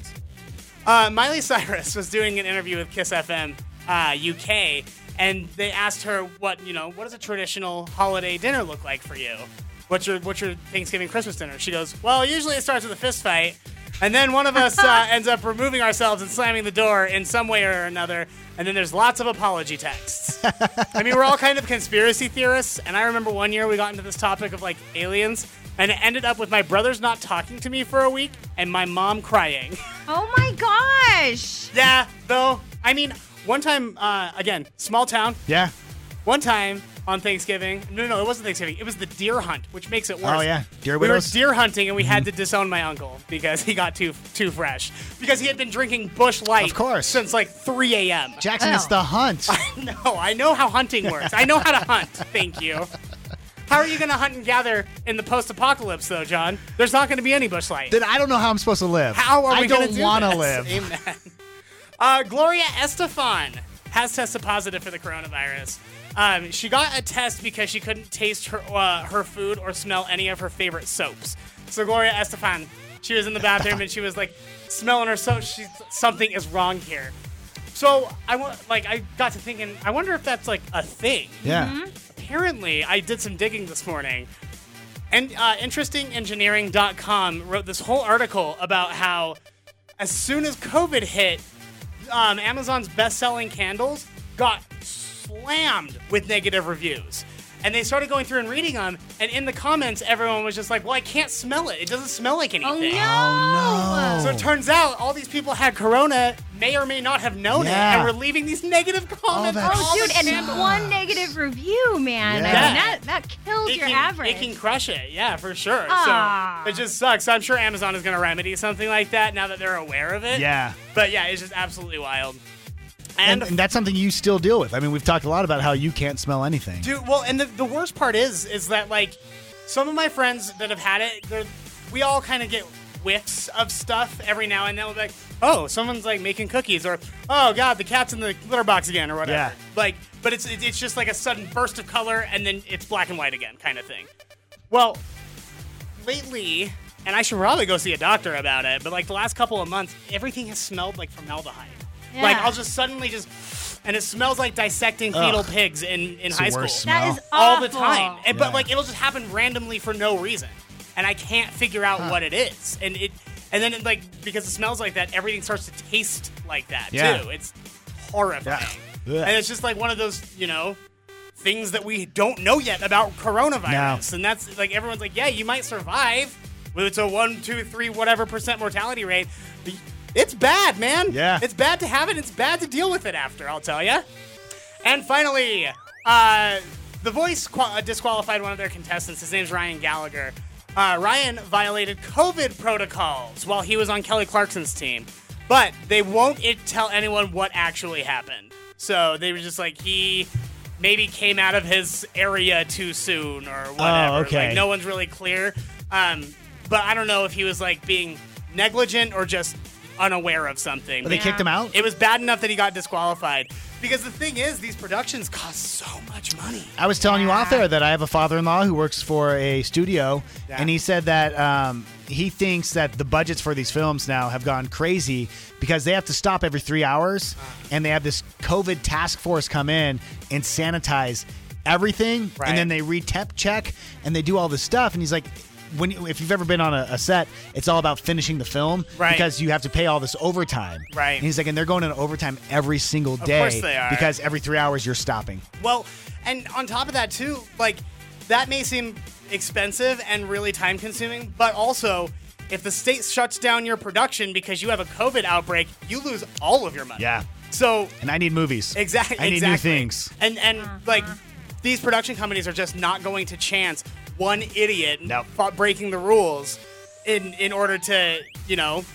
S4: Uh, Miley Cyrus was doing an interview with Kiss FM uh, UK, and they asked her what you know, what does a traditional holiday dinner look like for you? What's your what's your Thanksgiving Christmas dinner? She goes, well, usually it starts with a fist fight, and then one of us uh, ends up removing ourselves and slamming the door in some way or another, and then there's lots of apology texts. I mean, we're all kind of conspiracy theorists, and I remember one year we got into this topic of like aliens, and it ended up with my brothers not talking to me for a week and my mom crying.
S5: Oh my gosh!
S4: Yeah, though. I mean, one time, uh, again, small town.
S3: Yeah.
S4: One time on Thanksgiving, no, no, no, it wasn't Thanksgiving. It was the deer hunt, which makes it worse.
S3: Oh, yeah. Deer
S4: we were
S3: widows? Mm-hmm.
S4: deer hunting, and we had to disown my uncle because he got too too fresh because he had been drinking Bush Light, of course, since like 3 a.m.
S3: Jackson, it's the hunt.
S4: No, I know how hunting works. I know how to hunt. Thank you. How are you going to hunt and gather in the post-apocalypse, though, John? There's not going to be any bushlight.
S3: Then I don't know how I'm supposed to live.
S4: How are
S3: I
S4: we going to
S3: don't
S4: do
S3: want to
S4: this?
S3: live.
S4: Amen. Uh, Gloria Estefan has tested positive for the coronavirus. Um, she got a test because she couldn't taste her uh, her food or smell any of her favorite soaps. So Gloria Estefan, she was in the bathroom and she was like smelling her soap. She something is wrong here. So I wa- like I got to thinking. I wonder if that's like a thing.
S3: Yeah.
S4: Apparently, I did some digging this morning. And uh, interestingengineering.com wrote this whole article about how, as soon as COVID hit, um, Amazon's best selling candles got slammed with negative reviews. And they started going through and reading them. And in the comments, everyone was just like, well, I can't smell it. It doesn't smell like anything.
S3: Oh, no.
S4: So it turns out all these people had corona, may or may not have known
S3: Yeah.
S4: it, and were leaving these negative comments. on all
S5: Oh,
S4: the
S5: dude, and
S4: candles.
S5: one negative review, man. I mean,
S4: Yeah.
S5: that that killed your
S4: can,
S5: average.
S4: It can crush it, yeah, for sure.
S5: Ah.
S4: So it just sucks. I'm sure Amazon is going to remedy something like that now that they're aware of it.
S3: Yeah.
S4: But yeah, it's just absolutely wild.
S3: And, and that's something you still deal with. I mean, we've talked a lot about how you can't smell anything.
S4: Dude, well, and the, the worst part is, is that like some of my friends that have had it, they're, we all kind of get whiffs of stuff every now and then. We'll be like, oh, someone's like making cookies, or oh god, the cat's in the litter box again, or whatever.
S3: Yeah.
S4: Like, but it's it- it's just like a sudden burst of color, and then it's black and white again, kind of thing. Well, lately, and I should probably go see a doctor about it, but like the last couple of months, everything has smelled like formaldehyde. Like
S5: Yeah.
S4: I'll just suddenly just, and it smells like dissecting fetal
S3: Ugh.
S4: pigs in in
S3: It's the
S4: high school.
S3: worst smell. That is
S4: all the
S5: awful.
S4: time, and, but
S3: Yeah.
S4: like it'll just happen randomly for no reason, and I can't figure out
S3: Huh.
S4: what it is. And it, and then it, like because it smells like that, everything starts to taste like that
S3: Yeah.
S4: too. It's horrifying,
S3: Yeah. Ugh.
S4: and it's just like one of those you know things that we don't know yet about coronavirus. And that's like everyone's like, yeah, you might survive. Well, It's a one, two, three, whatever percent mortality rate. But It's bad, man.
S3: Yeah.
S4: It's bad to have it. It's bad to deal with it after, I'll tell you. And finally, uh, The Voice qua- uh, disqualified one of their contestants. His name's Ryan Gallagher. Uh, Ryan violated COVID protocols while he was on Kelly Clarkson's team, but they won't it tell anyone what actually happened. So they were just like, he maybe came out of his area too soon or whatever.
S3: okay.
S4: Like, no one's really clear. Um, but I don't know if he was like being negligent or just unaware of something.
S3: But they kicked him out?
S4: It was bad enough that he got disqualified. Because the thing is, these productions cost so much money.
S3: I was telling you out there that I have a father-in-law who works for a studio,
S4: Yeah.
S3: and he said that um, he thinks that the budgets for these films now have gone crazy because they have to stop every three hours,
S4: Uh.
S3: and they have this COVID task force come in and sanitize everything, and then they re-temp check and they do all this stuff. And he's like. When you, if you've ever been on a, a set, it's all about finishing the film
S4: Right.
S3: because you have to pay all this overtime.
S4: Right.
S3: And he's like, and they're going into overtime every single day
S4: course they are.
S3: because every three hours you're stopping.
S4: Well, and on top of that too, like that may seem expensive and really time consuming, but also if the state shuts down your production because you have a COVID outbreak, you lose all of your money.
S3: Yeah.
S4: So
S3: And I need movies.
S4: Exactly.
S3: I need
S4: exactly.
S3: new things.
S4: And and like these production companies are just not going to chance one idiot fa- breaking the rules in in order to you know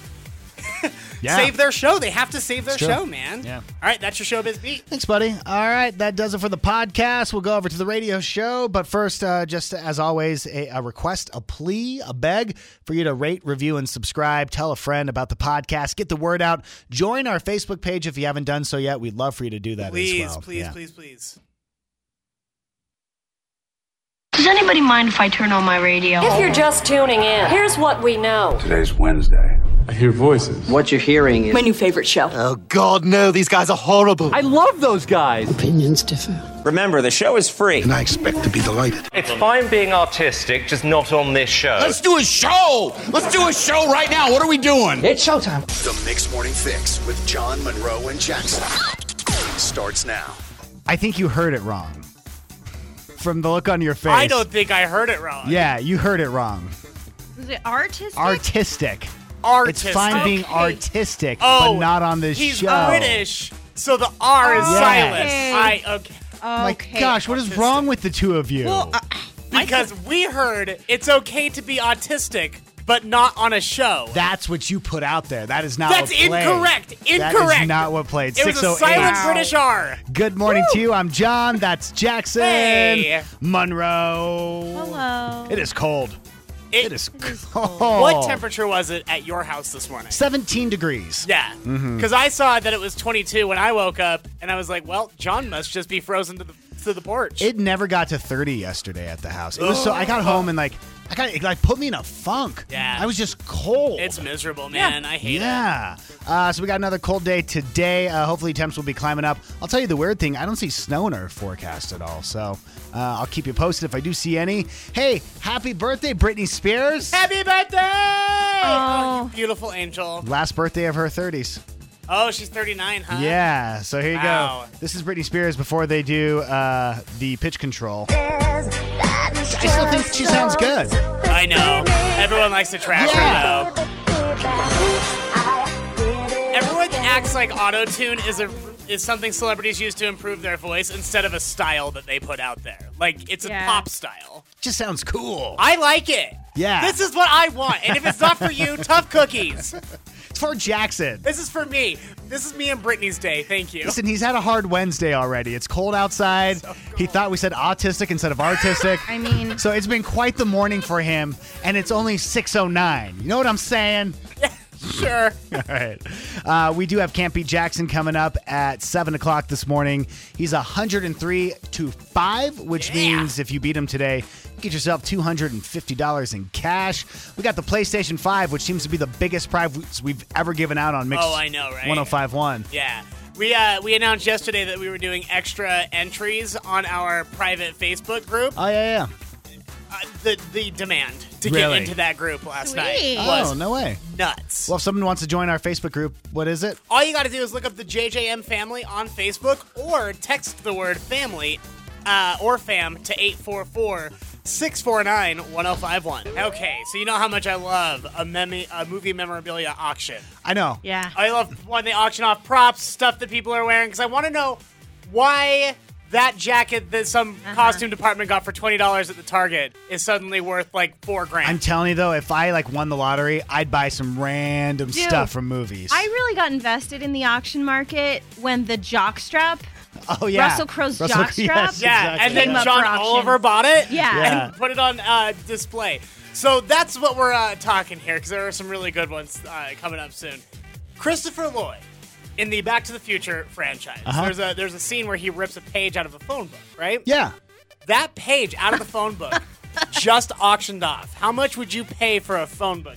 S3: Yeah.
S4: save their show. They have to save their
S3: It's true.
S4: show, man.
S3: Yeah.
S4: All right, that's your showbiz beat.
S3: Thanks, buddy. All right, that does it for the podcast. We'll go over to the radio show, but first, uh, just as always, a, a request, a plea, a beg for you to rate, review, and subscribe. Tell a friend about the podcast. Get the word out. Join our Facebook page if you haven't done so yet. We'd love for you to do that
S4: please,
S3: as well.
S4: please,
S3: Yeah.
S4: please, please.
S12: Does anybody mind if I turn on my radio?
S13: If you're just
S12: tuning in, here's what we know.
S14: Today's Wednesday. I hear voices. What you're hearing
S12: My new favorite show.
S14: Oh, God, no, these guys are horrible. I love those guys. Opinions differ. Remember, the show is free. And I expect to be delighted.
S15: It's fine being artistic, just not on this show.
S16: Let's do a show. Let's do a show right now. What are we doing? It's showtime.
S17: The Mix Morning Fix with John Monroe and Jackson starts now.
S3: I think you heard it wrong. From the look on your face.
S4: I don't think I heard it wrong.
S3: Yeah, you heard it wrong.
S5: Was it artistic?
S3: Artistic.
S4: Artistic.
S3: It's fine being
S4: Okay.
S3: artistic,
S4: Oh,
S3: but not on this
S4: He's
S3: show.
S4: British, so the R is
S3: Yes.
S4: silent. I okay. uh,
S3: My gosh, what is wrong with the two of you?
S4: Because we heard it's okay to be autistic, but not on a show.
S3: That's what you put out there. That is not.
S4: That's
S3: what played.
S4: incorrect.
S3: That
S4: Incorrect.
S3: is not what played.
S4: It was a
S3: 608.
S4: silent British R.
S3: Good morning to you. I'm John. That's Jackson
S4: Hey.
S3: Monroe.
S5: Hello.
S3: It is cold. Oh. it is cold.
S4: What temperature was it at your house this morning?
S3: 17 degrees.
S4: Yeah.
S3: Mhm.
S4: Because I saw that it was 22 when I woke up, and I was like, well, John must just be frozen to the, to the porch.
S3: It never got to 30 yesterday at the house. It was so. I got
S4: Ugh.
S3: home and like, I got it like put me in a funk.
S4: Yeah.
S3: I was just cold.
S4: It's miserable, man. I hate it.
S3: yeah. Uh, so we got another cold day today. Uh, hopefully, temps will be climbing up. I'll tell you the weird thing I don't see snow in our forecast at all. So uh, I'll keep you posted if I do see any. Hey, happy birthday, Britney Spears.
S4: Happy birthday! Oh, you beautiful angel.
S3: Last birthday of her 30s.
S4: Oh, she's 39, huh?
S3: Yeah. So here you
S4: Wow.
S3: go. This is Britney Spears before they do uh, the pitch control.
S4: I
S3: still think she sounds good.
S4: I know. Everyone likes to trash her, though. Everyone acts like auto tune is a is something celebrities use to improve their voice instead of a style that they put out there. Like it's a pop style.
S3: Just sounds cool.
S4: I like it.
S3: Yeah.
S4: This is what I want. And if it's not for you, tough cookies.
S3: It's for Jackson.
S4: This is for me. This is me and Brittany's day. Thank you.
S3: Listen, he's had a hard Wednesday already. It's cold outside. He thought we said autistic instead of artistic.
S5: I mean-
S3: so it's been quite the morning for him, and it's only 6:09. You know what I'm saying?
S4: sure.
S3: All right. Uh, we do have Can't Beat Jackson coming up at 7 o'clock this morning. He's 103 to 5, which means if you beat him today, get yourself $250 in cash. We got the PlayStation 5, which seems to be the biggest prize we've ever given out on Mix
S4: Oh, I know, right?
S3: 1051.
S4: Yeah. We, uh, we announced yesterday that we were doing extra entries on our private Facebook group.
S3: Oh, yeah, yeah.
S4: The, the demand to
S3: Really?
S4: get into that group last night
S3: Oh,
S4: was
S3: no way.
S4: nuts.
S3: Well, if someone wants to join our Facebook group, what is it?
S4: All you got to do is look up the JJM family on Facebook or text the word family uh, or fam to 844 649 1051. Okay, so you know how much I love a, memi- a movie memorabilia auction.
S3: I know.
S5: Yeah.
S4: I love when they auction off props, stuff that people are wearing, because I want to know why that jacket that some costume department got for $20 at the Target is suddenly worth like four grand.
S3: I'm telling you though, if I like won the lottery, I'd buy some random
S5: Dude,
S3: stuff from movies.
S5: I really got invested in the auction market when the jockstrap.
S3: Oh, yeah.
S5: Russell Crowe's
S3: Russell-
S5: jockstrap.
S3: yes,
S4: Yeah,
S3: exactly.
S4: and then
S3: Came up
S4: John
S3: for auction.
S4: Oliver bought it.
S5: Yeah. Yeah.
S4: and put it on uh, display. So that's what we're uh, talking here because there are some really good ones uh, coming up soon. Christopher Lloyd in the Back to the Future franchise.
S3: Uh-huh.
S4: There's a there's a scene where he rips a page out of a phone book, right?
S3: Yeah.
S4: That page out of the phone book just auctioned off. How much would you pay for a phone book?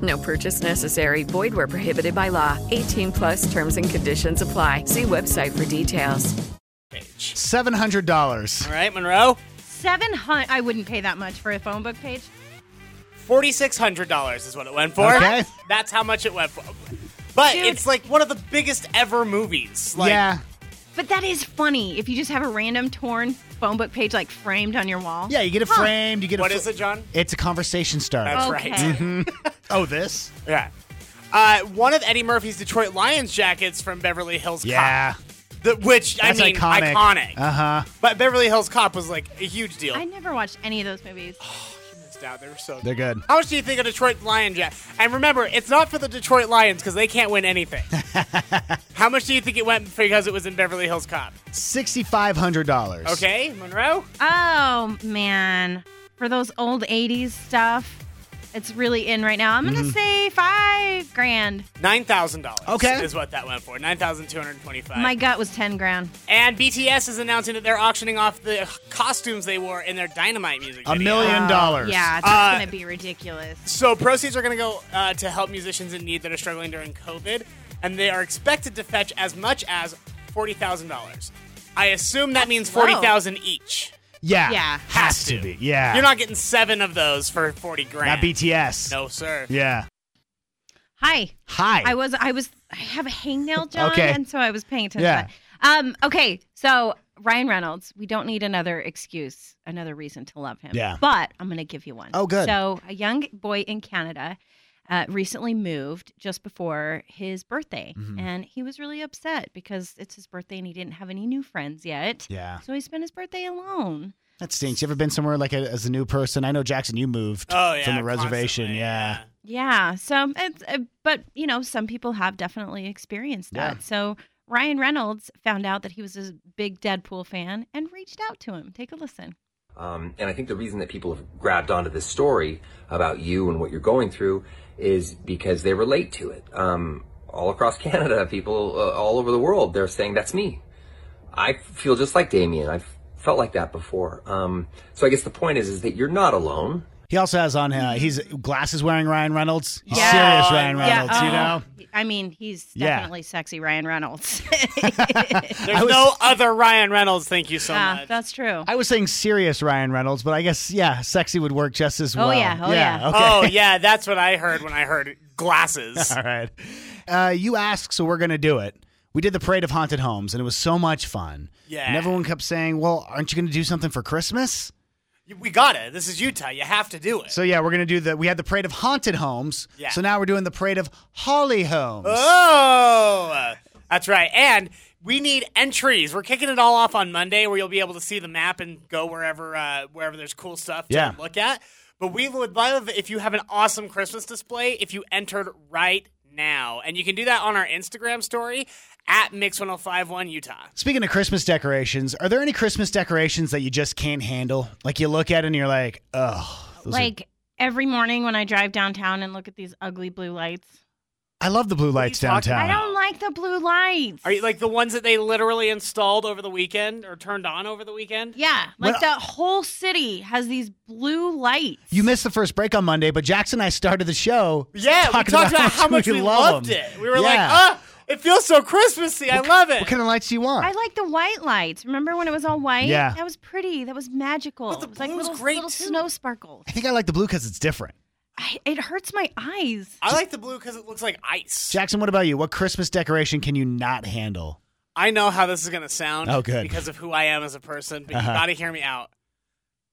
S18: No purchase necessary. Void where prohibited by law. 18 plus terms and conditions apply. See website for details.
S3: Seven hundred dollars.
S4: All right, Monroe.
S5: Seven hundred. I wouldn't pay that much for a phone book page.
S4: Forty six hundred dollars is what it went for.
S3: Okay.
S4: That's how much it went for. But it's like one of the biggest ever movies. Like,
S3: yeah.
S5: But that is funny if you just have a random torn phone book page like framed on your wall.
S3: Yeah, you get it
S5: Huh.
S3: framed. You get
S4: What
S3: it.
S4: is it, John?
S3: It's a conversation starter.
S4: That's Okay. right.
S3: Mhm. Oh, this.
S4: Yeah. Uh, one of Eddie Murphy's Detroit Lions jackets from Beverly Hills
S3: Yeah.
S4: Cop. The, which,
S3: That's
S4: I mean,
S3: iconic.
S4: iconic.
S3: Uh huh.
S4: But Beverly Hills Cop was like a huge deal. Oh,
S5: I never watched any of those movies.
S4: Missed out. They were so
S3: They're good.
S4: How much do you think a Detroit Lion jacket? And remember, it's not for the Detroit Lions because they can't win anything. How much do you think it went for because it was in Beverly Hills Cop?
S3: Sixty-five hundred dollars.
S4: Okay, Monroe?
S5: Oh man, for those old '80s stuff, It's really in right now. I'm
S3: Mm-hmm.
S5: gonna
S4: Mhm.
S5: say five grand.
S4: Nine thousand dollars.
S5: Okay.
S4: is what that went for. Nine thousand two hundred twenty-five.
S5: My gut was ten grand.
S4: And BTS is announcing that they're auctioning off the costumes they wore in their Dynamite music.
S3: A
S4: video.
S3: million dollars.
S5: Yeah, it's
S4: Uh,
S5: gonna be ridiculous.
S4: So proceeds are going to go uh, to help musicians in need that are struggling during COVID, and they are expected to fetch as much as forty thousand dollars. I assume that means
S3: low.
S4: forty thousand each.
S3: Yeah.
S4: Yeah.
S3: Has to be. Yeah.
S4: You're not getting seven of those for forty
S3: Not
S4: grand.
S3: BTS.
S4: No sir.
S3: Yeah.
S5: Hi.
S3: Hi.
S5: I was I was I have a hangnail, John,
S3: Okay.
S5: and so I was paying attention.
S3: Yeah.
S5: To that. Um. Okay. So Ryan Reynolds, we don't need another excuse, another reason to love him.
S1: Yeah.
S5: But I'm gonna give you one.
S1: Oh, good.
S5: So a young boy in Canada. Uh, recently moved just before his birthday,
S3: Mm-hmm.
S1: Mhm.
S5: and he was really upset because it's his birthday and he didn't have any new friends yet.
S3: Yeah.
S5: So he spent his birthday alone.
S3: That stinks. You ever been somewhere like a, as a new person? I know Jackson, you moved
S4: Oh, yeah,
S3: from the reservation. Yeah.
S5: Yeah. So it's, uh, but you know, some people have definitely experienced that.
S3: Yeah.
S5: So Ryan Reynolds found out that he was a big Deadpool fan and reached out to him. Take a listen.
S2: Um, and I think the reason that people have grabbed onto this story about you and what you're going through is because they relate to it. Um, all across Canada, people uh, all over the world, they're saying, that's me. I feel just like Damien. I've felt like that before. Um, so I guess the point is, is that you're not alone.
S3: He also has on uh, he's glasses wearing Ryan Reynolds. He's serious Ryan Reynolds, you know?
S4: Uh-huh.
S5: you know? Oh, I mean, he's
S3: Yeah.
S5: definitely sexy Ryan Reynolds.
S4: There's no other Ryan Reynolds. Thank you so
S5: Yeah,
S4: much.
S5: that's true.
S3: I was saying serious Ryan Reynolds, but I guess yeah, sexy would work just as well. Okay.
S4: Oh yeah. That's what I heard when I heard glasses.
S3: All right. Uh, you asked, so we're going to do it. We did the Parade of Haunted Homes, and it was so much fun.
S4: Yeah.
S3: And everyone kept saying, well, aren't you going to do something for Christmas?
S4: We got it. This is Utah. You have to do it.
S3: So, yeah, we're going to do the. We had the Parade of Haunted Homes.
S4: Yeah.
S3: So now we're doing the Parade of Holly Homes.
S4: Oh, that's right. And we need entries. We're kicking it all off on Monday, where you'll be able to see the map and go wherever uh, wherever there's cool stuff to
S3: Yeah.
S4: look at. But we would love if you have an awesome Christmas display if you entered right now, and you can do that on our Instagram story at Mix One Zero Five One Utah.
S3: Speaking of Christmas decorations, are there any Christmas decorations that you just can't handle? Like you look at it and you're like, oh.
S5: like every morning when I drive downtown and look at these ugly blue lights,
S3: I love the blue lights downtown.
S5: I don't like the blue lights.
S4: Are you like the ones that they literally installed over the weekend or turned on over the weekend?
S5: Yeah, like
S3: When-
S5: that whole city has these blue lights.
S3: You missed the first break on Monday, but Jackson and I started the show.
S4: Yeah, we talked about how much we loved
S3: 'em.
S4: it. We were like,
S3: Yeah.
S4: ah, it feels so Christmassy. I love it.
S3: What kind of lights do you want?
S5: I like the white lights. Remember when it was all white?
S3: Yeah.
S5: That was pretty. That was magical. it was like little, little snow sparkles.
S3: I think I like the blue because it's different.
S5: I, it hurts my eyes.
S4: I like the blue because it looks like ice.
S3: Jackson, what about you? What Christmas decoration can you not handle?
S4: I know how this is going to sound.
S3: Oh, good.
S4: Because of who I am as a person, but
S3: Uh-huh.
S4: you got to hear me out.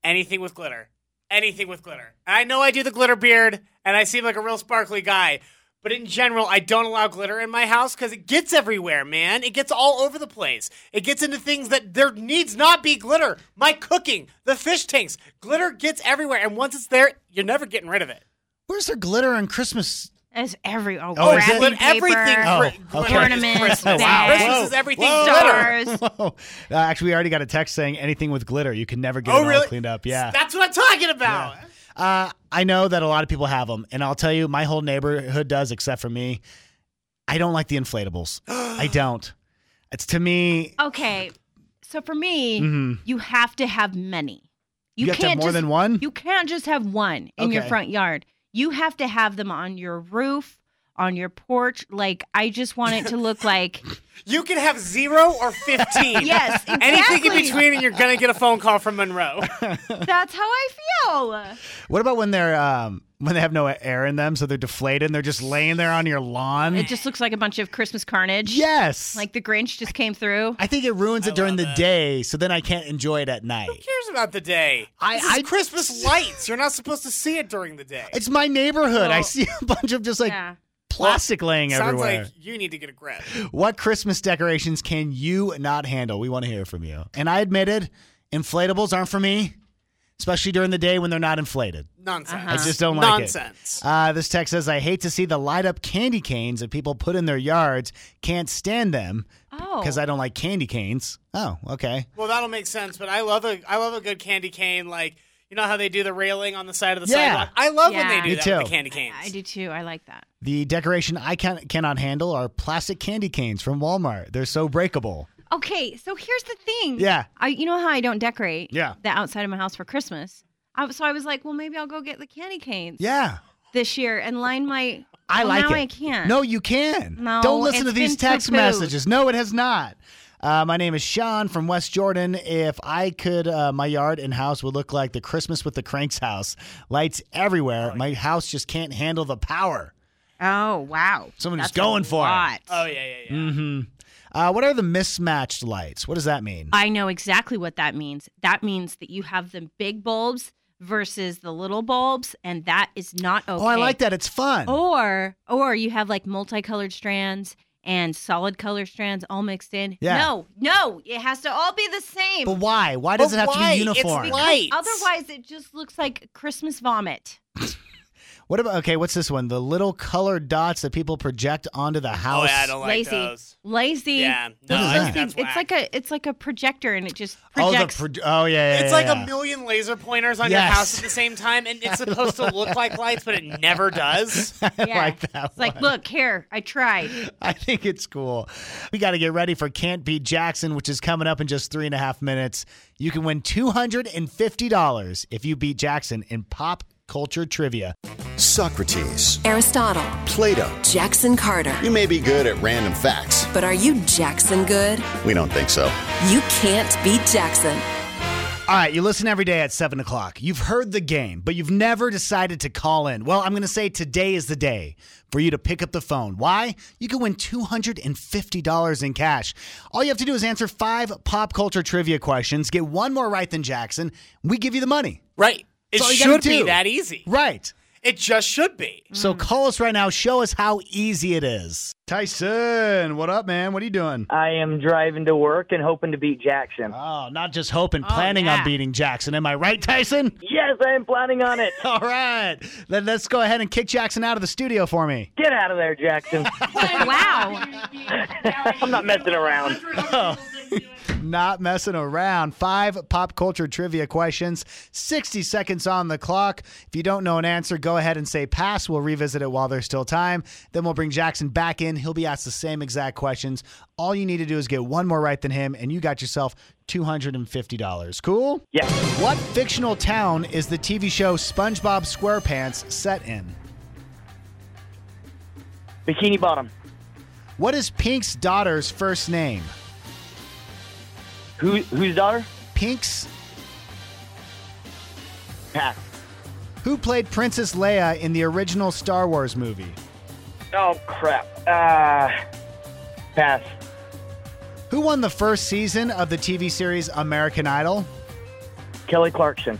S4: Anything with glitter. Anything with glitter. And I know I do the glitter beard and I seem like a real sparkly guy, but in general, I don't allow glitter in my house because it gets everywhere, man. It gets all over the place. It gets into things that there needs not be glitter. My cooking, the fish tanks, glitter gets everywhere. And once it's there, you're never getting rid of it.
S3: Where's there glitter on Christmas?
S5: It's every oh,
S3: Oh, is
S5: wrapping
S3: it?
S5: paper,
S4: Everything
S3: Oh, okay.
S5: ornaments,
S3: Christmas.
S5: bags,
S4: Christmas is everything glitter.
S5: stars.
S3: Whoa. Uh, actually, we already got a text saying anything with glitter, you can never get
S4: Oh,
S3: it all
S4: really?
S3: cleaned up. Yeah.
S4: That's what I'm talking about.
S3: Uh, I know that a lot of people have them, and I'll tell you, my whole neighborhood does, except for me. I don't like the inflatables. I don't. It's to me.
S5: Okay, so for me,
S3: Mhm.
S5: you have to have many. You,
S3: You have
S5: can't
S3: to have more
S5: just,
S3: than one?
S5: You can't just have one in your
S3: Okay.
S5: front yard. You have to have them on your roof, on your porch. Like I just want it to look like
S4: You can have zero or 15.
S5: Yes,
S4: Anything in
S5: exactly.
S4: between, and you're going to get a phone call from Monroe.
S5: that's how I feel.
S3: What about when they're um, when they have no air in them, so they're deflated and they're just laying there on your lawn?
S5: It just looks like a bunch of Christmas carnage.
S3: Yes.
S5: Like the Grinch just came through.
S3: I think it ruins it during the day, so then I can't enjoy it at night.
S4: cares about the day?
S3: I-
S4: this is
S3: I-
S4: Christmas lights. You're not supposed to see it during the day.
S3: It's my neighborhood. I
S4: Well,
S3: see a bunch of just like
S4: yeah.
S3: plastic laying
S4: Sounds
S3: everywhere.
S4: like you need to get a grip.
S3: What Christmas decorations can you not handle? We want to hear from you. And I admitted, inflatables aren't for me, especially during the day when they're not inflated.
S4: Nonsense.
S3: I just don't like
S4: Nonsense.
S3: it. Uh, this text says, I hate to see the light up candy canes that people put in their yards. Can't stand them
S4: Oh.
S3: because I don't like candy canes. Oh, okay.
S4: Well, that'll make sense. But I love a I love a good candy cane. Like You know how they do the railing on the side of the
S3: Yeah.
S4: sidewalk? I love when
S3: Yeah.
S4: they do
S3: Me
S4: that with
S3: too.
S4: the candy canes.
S5: I do too. I like that.
S3: The decoration I can, cannot handle are plastic candy canes from Walmart. They're so breakable.
S5: Okay, so here's the thing.
S3: Yeah.
S5: I, you know how I don't decorate
S3: Yeah.
S5: the outside of my house for Christmas? I, was- so I was like, well, maybe I'll go get the candy canes
S3: Yeah.
S5: this year and line my.
S3: I
S5: well,
S3: like
S5: now
S3: it.
S5: I can't.
S3: No, you can.
S5: No,
S3: Don't listen to
S5: it's
S3: these
S5: been
S3: text
S5: poo-pooed.
S3: messages. No, it has not. Uh, my name is Sean from West Jordan. If I could, uh, my yard and house would look like the Christmas with the Cranks house. Lights everywhere. my house just can't handle the power.
S5: Oh wow!
S3: Someone
S5: That's
S3: who's going
S5: a
S3: for
S5: lot.
S3: it.
S4: Oh yeah, yeah, yeah.
S3: Mm-hmm. Uh, what are the mismatched lights? What does that mean?
S5: I know exactly what that means. That means that you have the big bulbs versus the little bulbs, and that is not okay.
S3: Oh, I like that. It's fun.
S5: Or or you have like multicolored strands and solid color strands all mixed in.
S3: Yeah.
S5: No, no, it has to all be the same.
S3: But why? Why does
S5: But
S3: it have
S5: why?
S3: to be
S5: It's
S3: uniform?
S5: Because Otherwise, it just looks like Christmas vomit.
S3: What about okay? What's this one? The little colored dots that people project onto the house.
S4: Oh, yeah, I don't like
S5: Lazy,
S4: those.
S5: lazy.
S4: Yeah,
S3: no,
S5: It's
S3: I
S5: those
S3: think
S5: things-
S4: that's
S5: it's like a it's like a projector, and it just
S3: Oh, the
S5: projects.
S3: pro- oh yeah, yeah,
S4: It's
S3: yeah,
S4: like
S3: yeah.
S4: a million laser pointers on your
S3: Yes.
S4: house at the same time, and it's supposed to look like lights, but it never does.
S5: yeah.
S3: like that
S5: It's like, look here, I tried.
S3: I think it's cool. We got to get ready for Can't Beat Jackson, which is coming up in just three and a half minutes. You can win $250 if you beat Jackson in pop culture trivia.
S17: Socrates,
S1: Aristotle,
S17: Plato.
S1: Jackson Carter.
S17: You may be good at random facts.
S1: But are you Jackson good?
S17: We don't think so.
S1: You can't beat Jackson.
S3: All right, you listen every day at 7 o'clock. You've heard the game, but you've never decided to call in. Well, I'm going to say today is the day for you to pick up the phone. Why? You can win $250 in cash. All you have to do is answer five pop culture trivia questions, get one more right than Jackson, we give you the money.
S4: Right. It
S3: That's all you gotta
S4: should be
S3: do.
S4: that easy.
S3: Right.
S4: It just should be.
S3: So call us right now. Show us how easy it is. Tyson, what up, man? What are you doing?
S6: I am driving to work and hoping to beat Jackson.
S3: Oh, not just hoping, planning on beating Jackson. Am I right, Tyson?
S6: Yes, I am planning on it.
S3: All right. Then let's go ahead and kick Jackson out of the studio for me.
S6: Get out of there, Jackson.
S5: wow.
S6: I'm not messing around.
S3: Not messing around. Five pop culture trivia questions, 60 seconds on the clock. If you don't know an answer, go ahead and say pass. We'll revisit it while there's still time. Then we'll bring Jackson back in. He'll be asked the same exact questions. All you need to do is get one more right than him, and you got yourself $250. Cool?
S6: Yeah.
S3: What fictional town is the TV show SpongeBob SquarePants set in?
S6: Bikini Bottom.
S3: What is Pink's daughter's first name?
S6: Who, whose daughter?
S3: Pink's.
S6: Pass.
S3: Who played Princess Leia in the original Star Wars movie?
S6: Oh, crap. Uh, pass.
S3: Who won the first season of the TV series American Idol?
S6: Kelly Clarkson.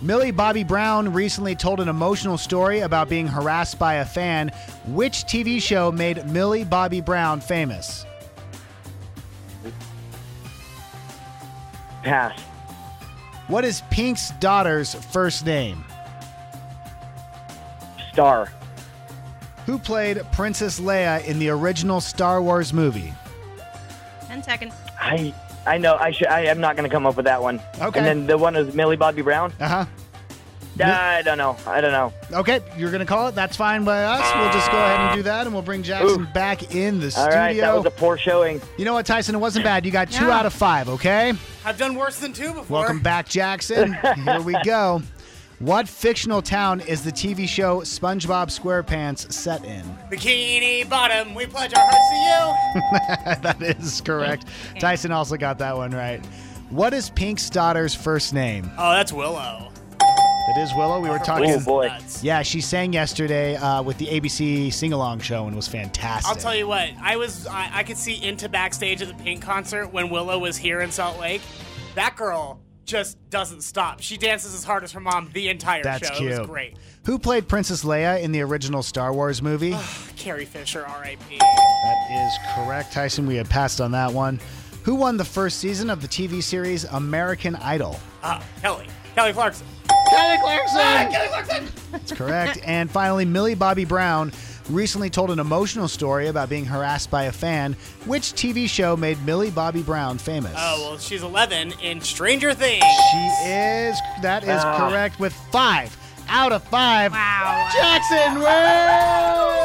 S3: Millie Bobby Brown recently told an emotional story about being harassed by a fan. Which TV show made Millie Bobby Brown famous?
S6: Pass.
S3: What is Pink's daughter's first name?
S6: Star.
S3: Who played Princess Leia in the original Star Wars movie?
S5: Ten seconds.
S6: I I know. I should. I am not going to come up with that one.
S3: Okay.
S6: And then the one with Millie Bobby Brown.
S3: Uh huh.
S6: I don't know. I don't know.
S3: Okay, you're going to call it. That's fine by us. We'll just go ahead and do that, and we'll bring Jackson back in the
S6: All
S3: studio.
S6: right, that was a poor showing.
S3: you know what, Tyson? It wasn't bad. You got two
S4: Yeah.
S3: out of five, okay?
S4: I've done worse than two before.
S3: Welcome back, Jackson. Here we go. What fictional town is the TV show SpongeBob SquarePants set in?
S4: Bikini Bottom, we pledge our hearts
S3: that is correct. Tyson also got that one right. What is Pink's daughter's first name?
S4: to you. Oh, that's Willow.
S3: It is Willow. We were talking.
S6: Oh, boy.
S3: Yeah, she sang yesterday uh, with the ABC sing along show and was fantastic.
S4: I'll tell you what. I was I, I could see into backstage at the Pink concert when Willow was here in Salt Lake. That girl just doesn't stop. She dances as hard as her mom the entire
S3: That's
S4: show.
S3: cute.
S4: It was great.
S3: Who played Princess Leia in the original Star Wars movie?
S4: Carrie Fisher, R.I.P.
S3: That is correct, Tyson. We had passed on that one. Who won the first season of the TV series American Idol?
S4: Ah, Kelly. Kelly Clarkson.
S3: Kelly Clarkson.
S4: Ah, Kelly Clarkson.
S3: That's correct. and finally, Millie Bobby Brown, recently told an emotional story about being harassed by a fan. Which TV show made Millie Bobby Brown famous?
S4: Oh, well, she's 11 in Stranger Things.
S3: She is. That is
S6: Uh,
S4: Ah.
S3: correct with five out of five. Wow. Jackson wins.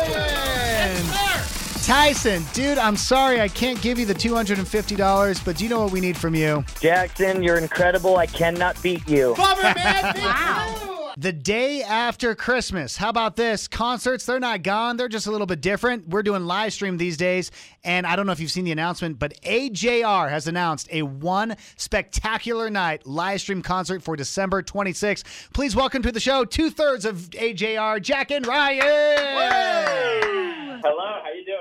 S3: Tyson, dude, I'm sorry I can't give you the $250, but do you know what we need from you?
S6: Jackson, you're incredible. I cannot beat you.
S3: The day after Christmas. How about this? Concerts, they're not gone. They're just a little bit different. We're doing live stream these days. And I don't know if you've seen the announcement, but AJR has announced a one spectacular night live stream concert for December 26th. Please welcome to the show two thirds of AJR, Jack and Ryan.
S7: Hello, how you doing?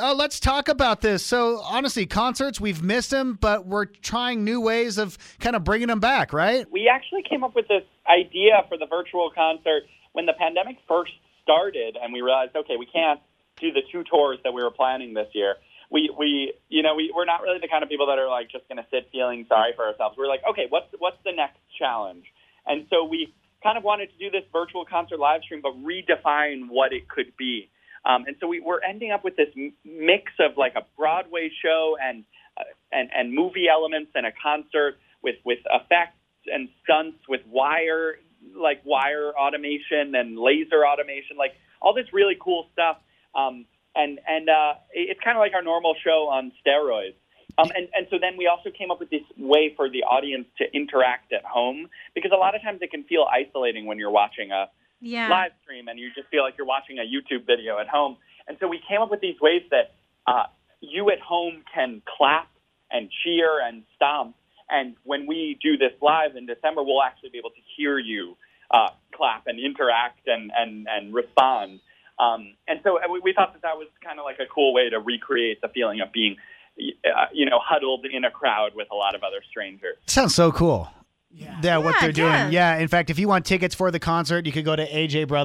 S3: Uh, let's talk about this. So, honestly, concerts, we've missed them, but we're trying new ways of kind of bringing them back, right?
S7: We actually came up with this idea for the virtual concert when the pandemic first started, and we realized, okay, we can't do the two tours that we were planning this year. We, we you know, we, we're not really the kind of people that are like just going to sit feeling sorry for ourselves. We're like, okay, what's what's the next challenge? And so we kind of wanted to do this virtual concert live stream, but redefine what it could be. Um, and so we, we're ending up with this m- mix of like a Broadway show and, uh, and and movie elements and a concert with with effects and stunts with wire like wire automation and laser automation, like all this really cool stuff. Um, and and uh, it- it's kind of like our normal show on steroids. Um, and, and so then we also came up with this way for the audience to interact at home because a lot of times it can feel isolating when you're watching a
S5: Yeah.
S7: live stream and you just feel like you're watching a YouTube video at home. And so we came up with these ways that uh, you at home can clap and cheer and stomp. And when we do this live in December, we'll actually be able to hear you uh, clap and interact and, and, and respond. Um, and so uh, we, we thought that that was kind of like a cool way to recreate the feeling of being, y- uh, you know, huddled in a crowd with a lot of other strangers.
S3: Sounds so cool. Yeah, what they're
S7: it
S3: doing.
S7: does.
S3: Yeah, in fact, if you want tickets for the concert, you could go to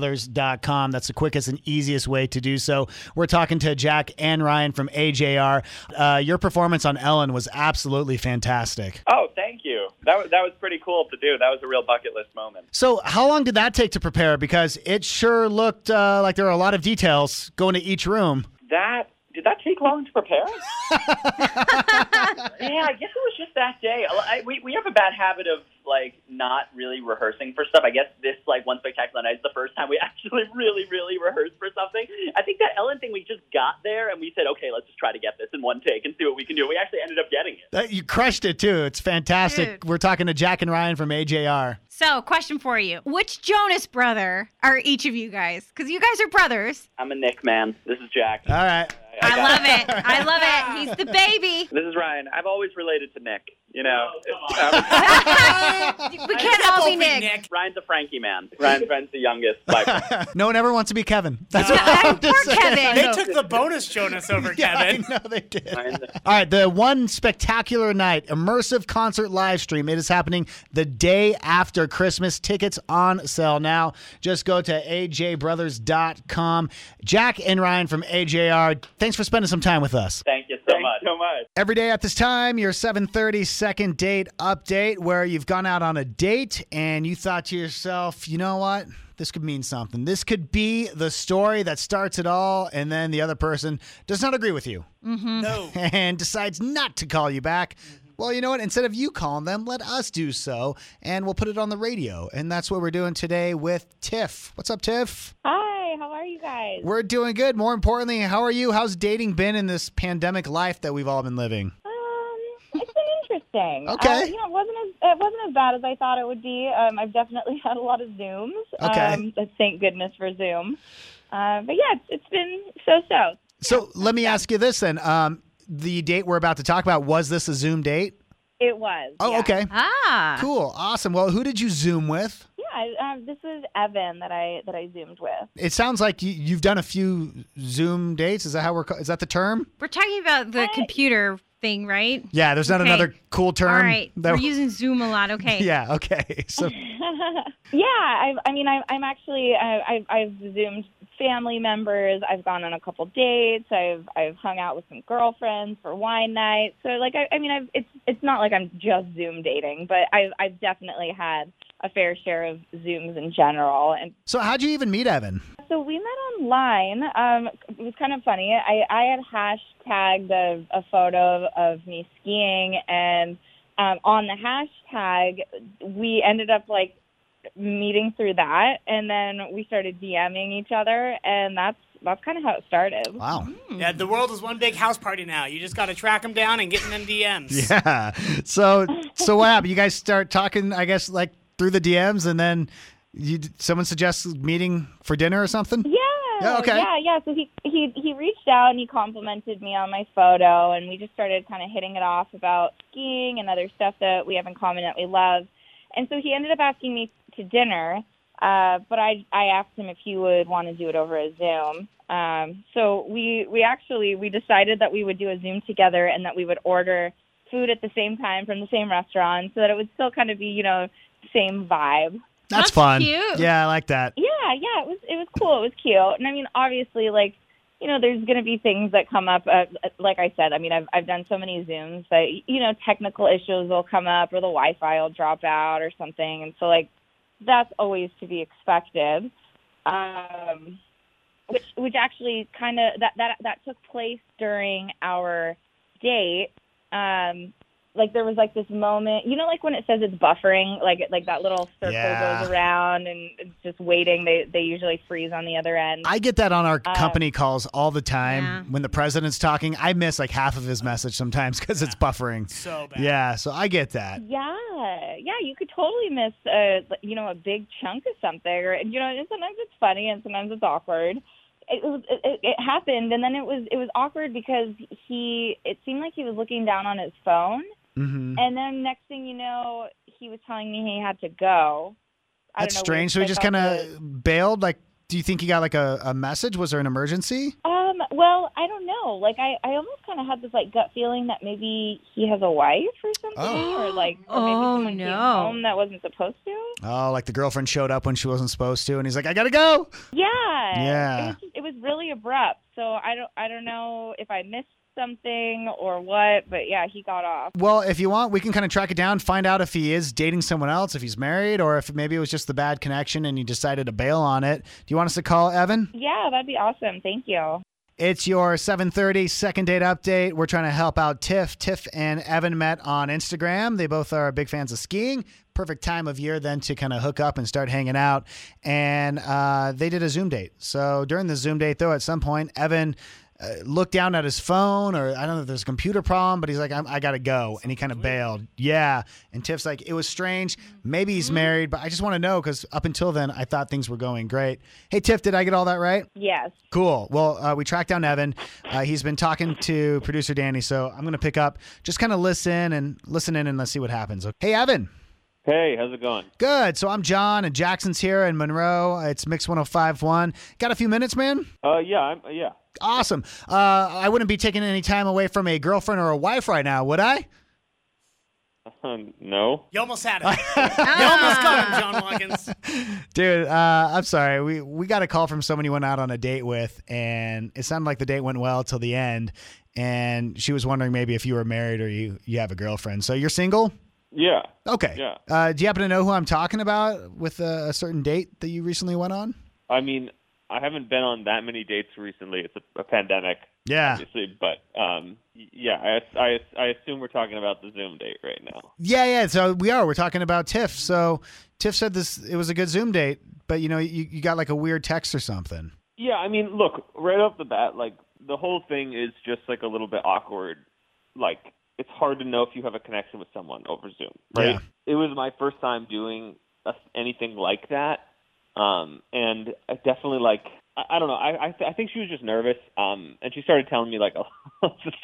S3: ajbrothers.com. That's the quickest and easiest way to do so. We're talking to Jack and Ryan from AJR. Uh, your performance on Ellen was absolutely fantastic.
S7: Oh, thank you. That was, that was pretty cool to do. That was a real bucket list moment.
S3: So, how long did that take to prepare? Because it sure looked uh, like there were a lot of details going to each room.
S7: That did that take long to prepare? yeah, I guess it was just that day. I, we we have a bad habit of like not really rehearsing for stuff. I guess this like one spectacular night is the first time we actually really really rehearsed for something. I think that Ellen thing we just got there and we said okay, let's just try to get this in one take and see what we can do. We actually ended up getting it.
S3: That, Uh, you crushed it too. It's fantastic. We're talking to Jack and Ryan from AJR.
S5: So, question for you: Which Jonas brother are each of you guys? Because you guys are brothers.
S7: I'm a Nick man. This is Jack.
S3: All right.
S7: I,
S5: Love it. I love it. He's the baby.
S7: This is Ryan. I've always related to Nick. You know, um,
S5: We can't all be Nick.
S7: Ryan's a Frankie man. Ryan, Ryan's the youngest. by far.
S3: no one ever wants to be Kevin. That's what I'm just saying. I
S4: They
S3: know.
S4: took the bonus Jonas over Kevin. I
S3: know they did. All right, the one spectacular night immersive concert live stream. It is happening the day after Christmas. Tickets on sale now. Just go to ajbrothers.com. Jack and Ryan from AJR, thanks for spending some time with us.
S7: Thank you so much. So much.
S3: Every day at this time, your 7:30 second date update where you've gone out on a date and you thought to yourself, "You know what? This could mean something. This could be the story that starts it all and then the other person does not agree with you."
S5: Mm-hmm.
S4: No.
S3: and decides not to call you back. Well, you know what? Instead of you calling them, let us do so, and we'll put it on the radio. And that's what we're doing today with Tiff. What's up, Tiff?
S8: Hi, how are you guys?
S3: We're doing good. More importantly, how are you? How's dating been in this pandemic life that we've all been living?
S8: Uh, It's been interesting.
S3: Okay.
S8: Uh, you know, it wasn't as it wasn't as bad as I thought it would be. Um, I've definitely had a lot of Zooms.
S3: Okay.
S8: Um, but thank goodness for Zoom. Uh, but yeah, it's, it's been so so.
S3: So let me ask you this then. Um, the date we're about to talk about, was this a Zoom date?
S8: It was.
S3: Oh,
S8: yeah.
S3: okay. Ah. Cool. Awesome. Well, who did you Zoom with?
S8: Yeah. I- Um, this is Evan that I that I zoomed with.
S3: It sounds like you, you've done a few Zoom dates. Is that how we're? ca- Is that the term?
S5: We're talking about the computer thing, right?
S3: Yeah. There's not
S5: Okay.
S3: another cool term.
S5: All right.
S3: that-
S5: We're using Zoom a lot. Okay.
S3: Yeah. Okay. So
S8: yeah. I, I mean, I, I'm actually I, I, I've zoomed family members. I've gone on a couple dates. I've I've hung out with some girlfriends for wine night. So like I, I mean, I've it's it's not like I'm just Zoom dating, but I've I've definitely had a fair share of Zooms in general. And
S3: So how'd you even meet Evan?
S8: so we met online. Um, it was kind of funny. I, I had hashtagged a, a photo of me skiing, and um, on the hashtag, we ended up like meeting through that, and then we started DMing each other, and that's that's kind of how it started.
S3: Wow.
S5: Hmm.
S4: Yeah, the world is one big house party now. You just got to track them down and get in them DMs.
S3: Yeah. So so what happened? You guys start talking, I guess, like through the DMs, and then you someone suggests meeting for dinner or something.
S8: Yeah.
S3: Yeah, okay.
S8: Oh, Yeah, yeah. So he he he reached out and he complimented me on my photo, and we just started kind of hitting it off about skiing and other stuff that we have in common that we love. And so he ended up asking me to dinner, uh, but I I asked him if he would want to do it over a Zoom. Um, so we we actually we decided that we would do a Zoom together and that we would order food at the same time from the same restaurant, so that it would still kind of be you know same vibe.
S3: That's, fun. Yeah, I like that.
S8: Yeah, yeah, it was it was cool. It was cute, and I mean, obviously, like you know, there's going to be things that come up. Uh, like I said, I mean, I've I've done so many zooms that you know, technical issues will come up, or the Wi-Fi will drop out, or something, and so like that's always to be expected. Um, which which actually kind of that that that took place during our date. Um, like there was like this moment, you know, like when it says it's buffering, like it- like that little circle
S3: Yeah.
S8: goes around and it's just waiting. They they usually freeze on the other end.
S3: I get that on our
S8: Uh,
S3: company calls all the time when the president's talking. I miss like half of his message sometimes because it's buffering.
S4: So
S3: bad. Yeah, so I get that.
S8: Yeah, yeah, you could totally miss a you know a big chunk of something, or you know, and sometimes it's funny and sometimes it's awkward. It, was- it, it, it happened, and then it was it was awkward because he it seemed like he was looking down on his phone,
S3: Mm-hmm.
S8: and then next thing you know, he was telling me he had to go. I don't
S3: That's
S8: know,
S3: strange. So he
S8: I
S3: just
S8: thought
S3: kind of bailed. Like, do you think he got like a, a message? Was there an emergency?
S8: Um, well, I don't know. Like I, I almost kind of had this like gut feeling that maybe he has a wife or something, or like, or maybe
S5: Oh,
S8: someone came
S5: no.
S8: home that wasn't supposed to.
S3: Oh, like the girlfriend showed up when she wasn't supposed to, and he's like, I gotta go.
S8: Yeah.
S3: Yeah.
S8: It was, just- it was really abrupt. So I don't I don't know if I missed something or what, but yeah, he got off.
S3: Well, if you want, we can kind of track it down, find out if he is dating someone else, if he's married, or if maybe it was just the bad connection and he decided to bail on it. Do you want us to call Evan?
S8: Yeah, that'd be awesome. Thank you.
S3: It's your 7:30 second date update. We're trying to help out Tiff. Tiff and Evan met on Instagram. They both are big fans of skiing. Perfect time of year then to kind of hook up and start hanging out. And uh, they did a Zoom date. So during the Zoom date, though, at some point, Evan uh, looked down at his phone, or I don't know if there's a computer problem, but he's like, I'm, I gotta go, and he kind of bailed. Yeah. And Tiff's like, it was strange. Maybe he's married, but I just want to know because up until then, I thought things were going great. Hey, Tiff, did I get all that right?
S8: Yes.
S3: Cool. Well, uh, we tracked down Evan. Uh, he's been talking to producer Danny, so I'm going to pick up. Just kind of listen and listen in and let's see what happens. Hey, Evan.
S9: Hey, how's it going?
S3: Good. So I'm John, and Jackson's here, and Monroe. It's Mix 1051. Got a few minutes, man?
S9: Uh, yeah, I'm, yeah.
S3: Awesome. Uh, I wouldn't be taking any time away from a girlfriend or a wife right now, would I?
S9: Um, no.
S4: You almost had it. you almost got him, John Watkins.
S3: Dude, uh, I'm sorry. We we got a call from someone you went out on a date with, and it sounded like the date went well till the end. And she was wondering maybe if you were married or you you have a girlfriend. So you're single.
S9: Yeah.
S3: Okay.
S9: Yeah.
S3: Uh, do you happen to know who I'm talking about with a, a certain date that you recently went on?
S9: I mean, I haven't been on that many dates recently. It's a, a pandemic,
S3: Yeah.
S9: obviously, but um, y- yeah, I, I, I assume we're talking about the Zoom date right now.
S3: Yeah, yeah. So we are. We're talking about Tiff. So Tiff said this. It was a good Zoom date, but you know, you, you got like a weird text or something.
S9: Yeah, I mean, look, right off the bat, like the whole thing is just like a little bit awkward. Like it's hard to know if you have a connection with someone over Zoom, right?
S10: Yeah.
S9: It was my first time doing a, anything like that, um, and I definitely like I, I don't know. I I, th- I think she was just nervous, um, and she started telling me like a, just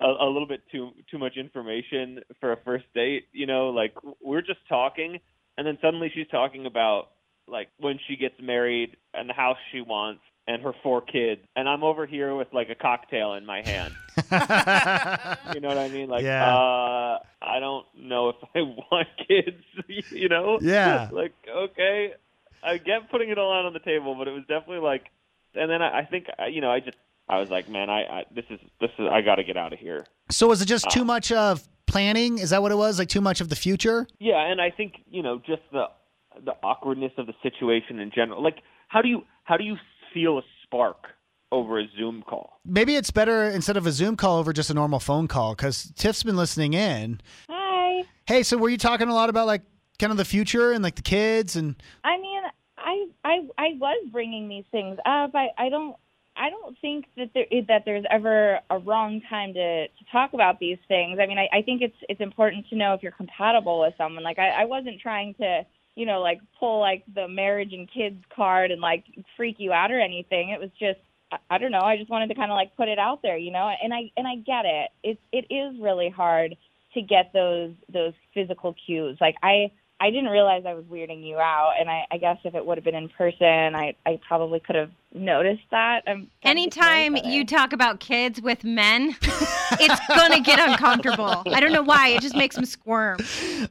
S9: a, a little bit too too much information for a first date. You know, like we're just talking, and then suddenly she's talking about like when she gets married and the house she wants and her four kids and i'm over here with like a cocktail in my hand you know what i mean like
S19: Yeah.
S9: uh i don't know if i want kids you know
S19: Yeah.
S9: like okay i get putting it all out on the table but it was definitely like and then i, I think I- you know i just i was like man i, I this is this is i got to get out of here
S3: So was it just
S9: Uh,
S3: too much of planning. Is that what it was? Like too much of the future?
S9: Yeah, and I think you know just the the awkwardness of the situation in general. Like, how do you how do you feel a spark over a Zoom call?
S3: Maybe it's better instead of a Zoom call over just a normal phone call because Tiff's been listening in.
S8: Hi.
S3: Hey, so were you talking a lot about like kind of the future and like the kids and
S8: I mean, I I I was bringing these things up. I I don't I don't think that there that there's ever a wrong time to to talk about these things. I mean, I, I think it's it's important to know if you're compatible with someone. Like I, I wasn't trying to you know like pull like the marriage and kids card and like freak you out or anything. It was just I, I don't know. I just wanted to kind of like put it out there, you know. And I and I get it. It's it is really hard to get those those physical cues. Like I I didn't realize I was weirding you out, and I, I guess if it would have been in person, I, I probably could have noticed that. Um,
S5: Anytime you talk about kids with men, it's gonna get uncomfortable. I don't know why. It just makes them squirm.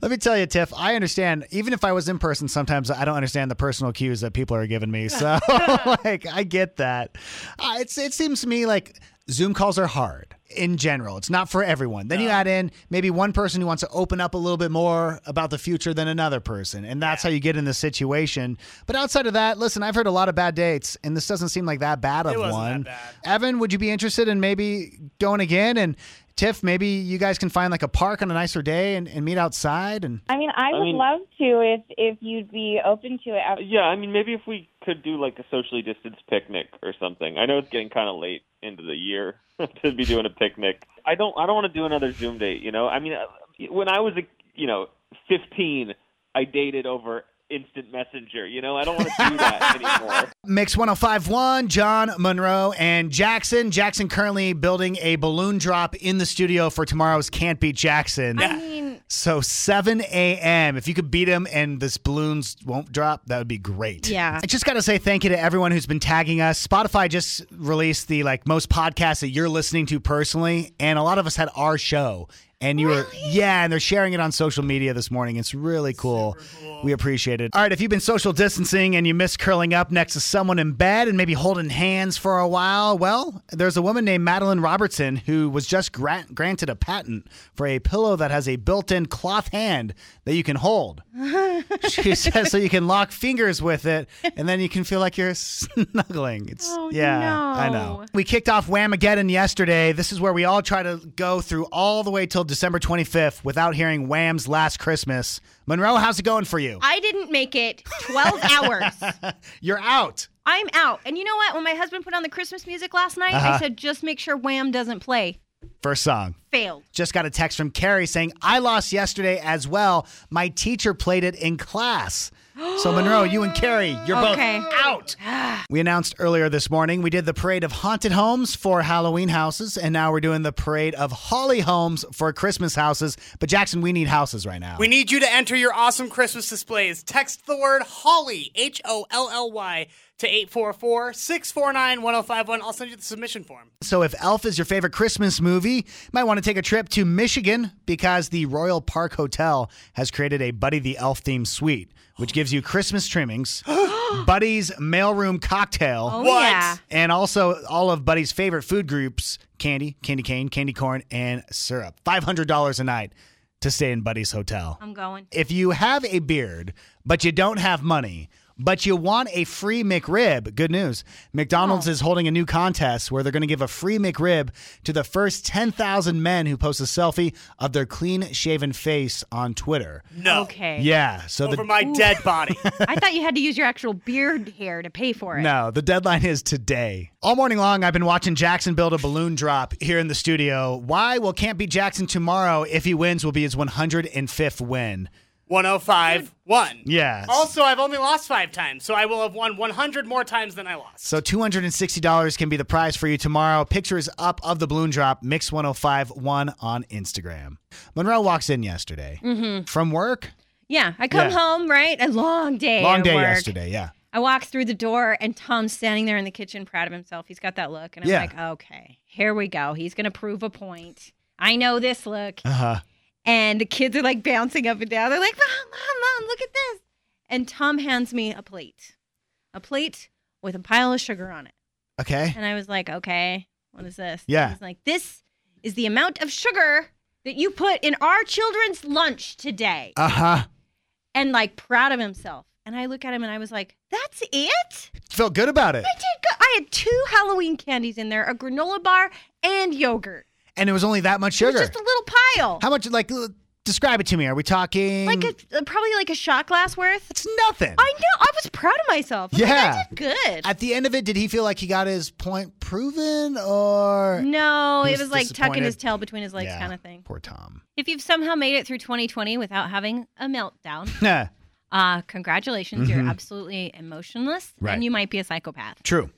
S3: Let me tell you, Tiff, I understand. Even if I was in person, sometimes I don't understand the personal cues that people are giving me. So, like, I get that. Uh, it's it seems to me like Zoom calls are hard in general. It's not for everyone. Then you add in maybe one person who wants to open up a little bit more about the future than another person, and that's how you get in this situation. But outside of that, listen, I've heard a lot of bad dates, and this doesn't seem like that bad of
S4: wasn't
S3: one. Evan, would you be interested in maybe going again? And Tiff, maybe you guys can find like a park on a nicer day and, and meet outside and.
S8: I mean, I
S3: I
S8: would
S3: mean-
S8: love to if if you'd be open to it. After-
S9: Yeah, I mean, maybe if we could do like a socially distanced picnic or something. I know it's getting kind of late into the year to be doing a picnic. I don't. I don't want to do another Zoom date. You know, I mean, uh, when I was, a, you know, fifteen, I dated over instant messenger. You know, I don't want to do that anymore.
S3: Mix 1051, John Monroe and Jackson. Jackson currently building a balloon drop in the studio for tomorrow's Can't Beat Jackson.
S5: I mean,
S3: so 7 a.m. If you could beat him and this balloons won't drop, that would be great.
S5: Yeah.
S3: I just got to say thank you to everyone who's been tagging us. Spotify just released the like most podcasts that you're listening to personally, and a lot of us had our show. And you were yeah, and they're sharing it on social media this morning. It's really cool. We appreciate it. All right, if you've been social distancing and you miss curling up next to someone in bed and maybe holding hands for a while, well, there's a woman named Madeline Robertson who was just gra- granted a patent for a pillow that has a built-in cloth hand that you can hold. she says so you can lock fingers with it and then you can feel like you're snuggling. It's
S5: Oh,
S3: yeah, I know. We kicked off Whamageddon yesterday. This is where we all try to go through all the way till December 25th without hearing Wham's Last Christmas. Monroe, how's it going for you?
S5: I didn't make it 12 hours.
S3: You're out.
S5: I'm out. And you know what? When my husband put on the Christmas music last night,
S3: Uh-huh.
S5: I said, just make sure Wham doesn't play.
S3: First song.
S5: Failed.
S3: Just got a text from Carrie saying, I lost yesterday as well. My teacher played it in class. So, Monroe, you and Carrie, you're
S5: Okay. Ah.
S3: both out. We announced earlier this morning we did the parade of haunted homes for Halloween houses, and now we're doing the parade of holly homes for Christmas houses. But, Jackson, we need houses right now.
S4: We need you to enter your awesome Christmas displays. Text the word Holly, H O L L Y, to 844 649 1051. I'll send you the submission form.
S3: So, if Elf is your favorite Christmas movie, you might want to take a trip to Michigan because the Royal Park Hotel has created a Buddy the Elf themed suite, which gives you Christmas trimmings, Buddy's mailroom cocktail,
S5: Oh, What? yeah.
S3: and also all of Buddy's favorite food groups candy, candy cane, candy corn, and syrup. $500 a night to stay in Buddy's hotel.
S5: I'm going.
S3: If you have a beard, but you don't have money, but you want a free McRib, good news. McDonald's
S5: Oh.
S3: is holding a new contest where they're going to give a free McRib to the first 10,000 men who post a selfie of their clean shaven face on Twitter.
S4: No.
S5: Okay.
S3: Yeah. So
S4: Over
S3: the,
S4: my dead body.
S5: I thought you had to use your actual beard hair to pay for it.
S3: No, the deadline is today. All morning long, I've been watching Jackson build a balloon drop here in the studio. Why? Well, can't be Jackson tomorrow. If he wins, will be his 105th win.
S4: 105 1.
S3: Yeah.
S4: oh Also, I've only lost five times, so I will have won 100 more times than I lost.
S3: So $260 can be the prize for you tomorrow. Pictures up of the balloon drop, Mix1051 on Instagram. Monroe walks in yesterday
S5: Mm-hmm.
S3: from work.
S5: Yeah. I come
S3: Yeah.
S5: home, right? A long day.
S3: Long
S5: at
S3: day
S5: work.
S3: yesterday, yeah.
S5: I walk through the door and Tom's standing there in the kitchen, proud of himself. He's got that look. And I'm
S3: Yeah.
S5: like, okay, here we go. He's going to prove a point. I know this look.
S3: Uh huh.
S5: And the kids are like bouncing up and down. They're like, Mom, Mom, Mom, look at this. And Tom hands me a plate, a plate with a pile of sugar on it.
S3: Okay.
S5: And I was like, okay, what is this?
S3: Yeah.
S5: He's like, this is the amount of sugar that you put in our children's lunch today.
S3: Uh huh.
S5: and like proud of himself. And I look at him and I was like, that's it?
S3: Felt good about it.
S5: I did good. I had two Halloween candies in there, a granola bar and yogurt.
S3: And it was only that much
S5: It was
S3: sugar.
S5: just a little pile.
S3: How much, like, l- describe it to me. Are we talking?
S5: Like a, probably like a shot glass worth. It's
S3: nothing.
S5: I know. I was proud of myself. I was like,
S3: Yeah.
S5: I did good.
S3: At the end of it, did he feel like he got his point proven or?
S5: no,
S3: He
S5: it was like tucking
S3: disappointed?
S5: his tail between his legs
S3: Yeah,
S5: kind of thing.
S3: Poor Tom.
S5: If you've somehow made it through 2020 without having a meltdown,
S3: Nah,
S5: uh, congratulations. You're
S3: Mhm.
S5: absolutely emotionless
S3: Right.
S5: and you might be a psychopath.
S3: true.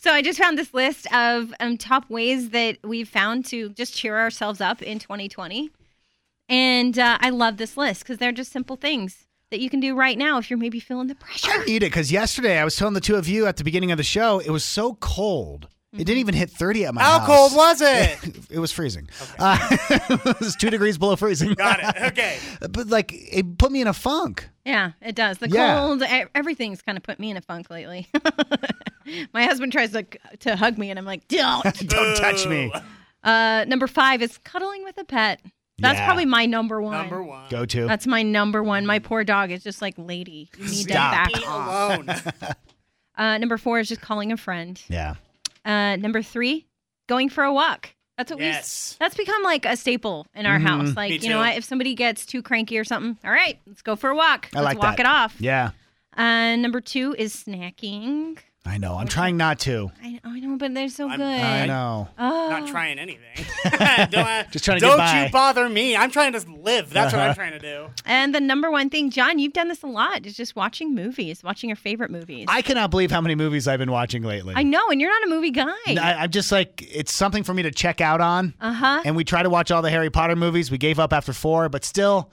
S5: So I just found this list of um, top ways that we've found to just cheer ourselves up in 2020. And uh, I love this list because they're just simple things that you can do right now if you're maybe feeling the pressure.
S3: I need it because yesterday I was telling the two of you at the beginning of the show it was so cold. It didn't even hit 30 at my
S4: Mm-hmm. How
S3: house.
S4: cold was it?
S3: it was freezing. Uh, it was two degrees below freezing. Got it.
S4: Okay.
S3: but like, it put me in a funk.
S5: Yeah, it does. The
S3: Yeah.
S5: cold, e- everything's kind of put me in a funk lately. My husband tries to, to hug me, and I'm like, don't.
S3: Don't touch me.
S5: Uh, number five is cuddling with a pet. That's
S3: Yeah.
S5: probably my number one. Number
S4: one.
S3: Go to.
S5: That's my number one. My poor dog is just like, lady, you need
S3: Stop.
S5: to back off. Uh, number four is just calling a friend.
S3: yeah.
S5: Uh, number three, going for a walk. That's what
S4: Yes.
S5: we. That's become like a staple in our
S3: Mhm.
S5: house.
S3: Me
S5: Like you know
S3: too.
S5: what, if somebody gets too cranky or something, all right, let's go for a walk.
S3: I
S5: let's
S3: like
S5: walk
S3: that.
S5: it off.
S3: Yeah.
S5: Uh, number two is snacking.
S3: I know. I'm trying not to.
S5: I, I know, but they're so good.
S3: I know.
S5: Oh.
S4: Not trying anything. don't
S3: Just trying to get
S4: don't
S3: by.
S4: you bother me. I'm trying to just live. That's what
S3: Uh-huh.
S4: I'm trying to do.
S5: And the number one thing, John, you've done this a lot, is just watching movies, watching your favorite movies.
S3: I cannot believe how many movies I've been watching lately.
S5: I know, and you're not a movie guy.
S3: I, am just like, it's something for me to check out on.
S5: Uh huh.
S3: And we try to watch all the Harry Potter movies. We gave up after four, but still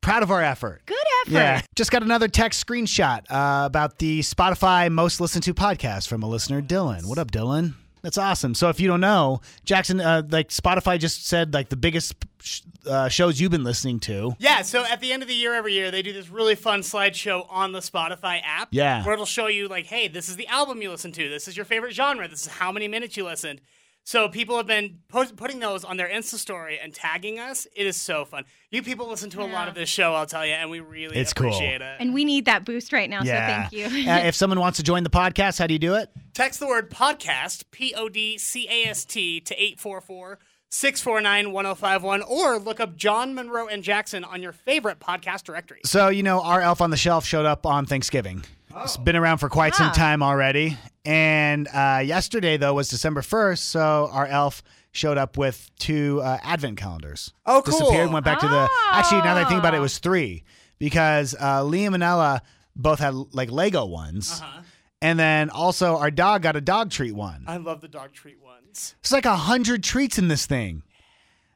S3: proud of our effort.
S5: Good effort.
S3: Yeah. Just got another text screenshot uh, about the Spotify most listened to podcast from a listener, Dylan. What up, Dylan? That's awesome. So if you don't know, Jackson, uh, like Spotify just said, like the biggest sh- uh, shows you've been listening to.
S4: Yeah, so at the end of the year every year, they do this really fun slideshow on the Spotify app.
S3: Yeah.
S4: Where it'll show you, like, hey, this is the album you listened to. This is your favorite genre. This is how many minutes you listened. So people have been post- putting those on their Insta story and tagging us. It is so fun. You people listen to a lot of this show, I'll tell you, and we really
S3: It's cool.
S4: appreciate it.
S5: And we need that boost right now,
S3: yeah.
S5: so thank you.
S3: uh, if someone wants to join the podcast, how do you do it?
S4: Text the word podcast, P O D C A S T, to 844 649 1051, or look up John Monroe and Jackson on your favorite podcast directory.
S3: So, you know, our elf on the shelf showed up on Thanksgiving. It's been around for quite
S4: Ah.
S3: some time already. And uh, yesterday, though, was December 1st. So our elf showed up with two uh, advent calendars.
S4: Oh,
S3: Disappeared
S4: cool.
S3: and went back to the. Actually, now that I think about it, it was three because uh, Liam and Ella both had like Lego ones.
S4: Uh-huh.
S3: And then also our dog got a dog treat one.
S4: I love the dog treat ones.
S3: It's like a hundred treats in this thing.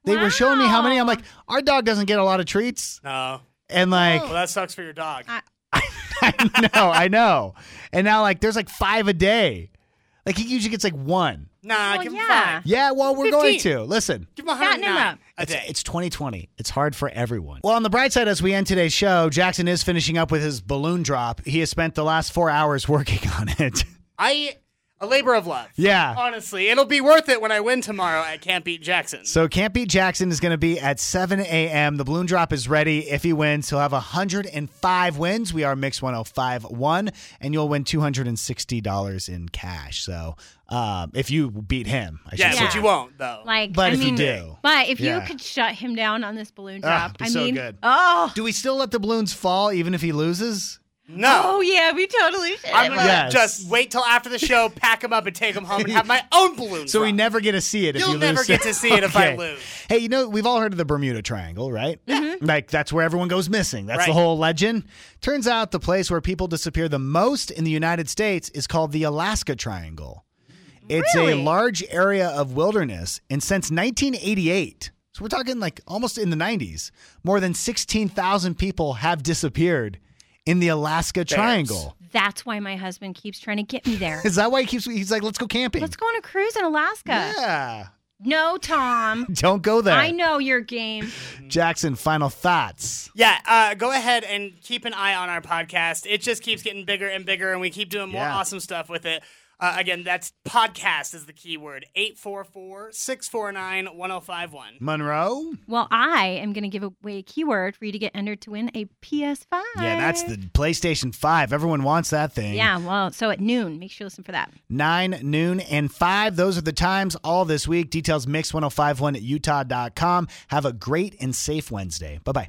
S3: They were showing me how many. I'm like, our dog doesn't get a lot of treats.
S4: No.
S3: And like,
S4: well, that sucks for your dog.
S3: I know, I know. And now like there's like five a day. Like he usually gets like one.
S4: nah, give him
S5: yeah.
S4: five.
S3: Yeah, well we're going
S4: 15.
S3: to. Listen.
S4: Give him 109.
S3: It's, it's 2020. It's hard for everyone. Well, on the bright side, as we end today's show, Jackson is finishing up with his balloon drop. He has spent the last four hours working on it.
S4: I, a labor of love.
S3: Yeah.
S4: Honestly, it'll be worth it when I win tomorrow at Can't Beat Jackson.
S3: So Can't Beat Jackson is going to be at 7 a.m. The balloon drop is ready. If he wins, he'll have 105 wins. We are Mix 105.1, and you'll win $260 in cash. So um, if you beat him, I
S4: Yeah,
S3: should
S4: but
S3: say.
S4: you won't, though.
S5: Like,
S3: But
S5: I
S3: if you
S5: mean,
S3: do.
S5: but if
S3: Yeah.
S5: you could shut him down on this balloon
S3: Ah,
S5: drop,
S3: it'd be
S5: I
S3: so
S5: mean,
S3: good.
S5: oh,
S3: Do we still let the balloons fall even if he loses?
S4: No.
S5: oh yeah, we totally should.
S4: I'm gonna
S3: Yes.
S4: just wait till after the show, pack him up, and take him home, and have my own balloon.
S3: So we never get to see it if
S4: You'll
S3: you lose.
S4: never get to see it if I lose. Mm-hmm.
S3: Hey, you know, we've all heard of the Bermuda Triangle, right? Like, that's where everyone goes missing. That's the
S4: Right.
S3: whole legend. Turns out the place where people disappear the most in the United States is called the Alaska Triangle. It's a
S5: Really?
S3: large area of wilderness, and since 1988, so we're talking like almost in the 90s, more than 16,000 people have disappeared in the Alaska Triangle.
S5: That's why my husband keeps trying to get me there.
S3: Is that why he keeps? He's like, let's go camping.
S5: Let's go on a cruise in Alaska.
S3: Yeah.
S5: No, Tom.
S3: Don't go there.
S5: I know your game.
S3: Jackson, final thoughts.
S4: Yeah, uh, go ahead and keep an eye on our podcast. It just keeps getting bigger and bigger, and we keep doing more
S3: Yeah.
S4: awesome stuff with it. Uh, again, that's podcast is the keyword 844 649 1051.
S3: Monroe?
S5: Well, I am going to give away a keyword for you to get entered to win a PS5.
S3: Yeah, that's the PlayStation 5. Everyone wants that thing.
S5: Yeah, well, so at noon, make sure you listen for that.
S3: 9, noon, and 5. Those are the times all this week. Details mix1051 at utah.com. Have a great and safe Wednesday. Bye bye.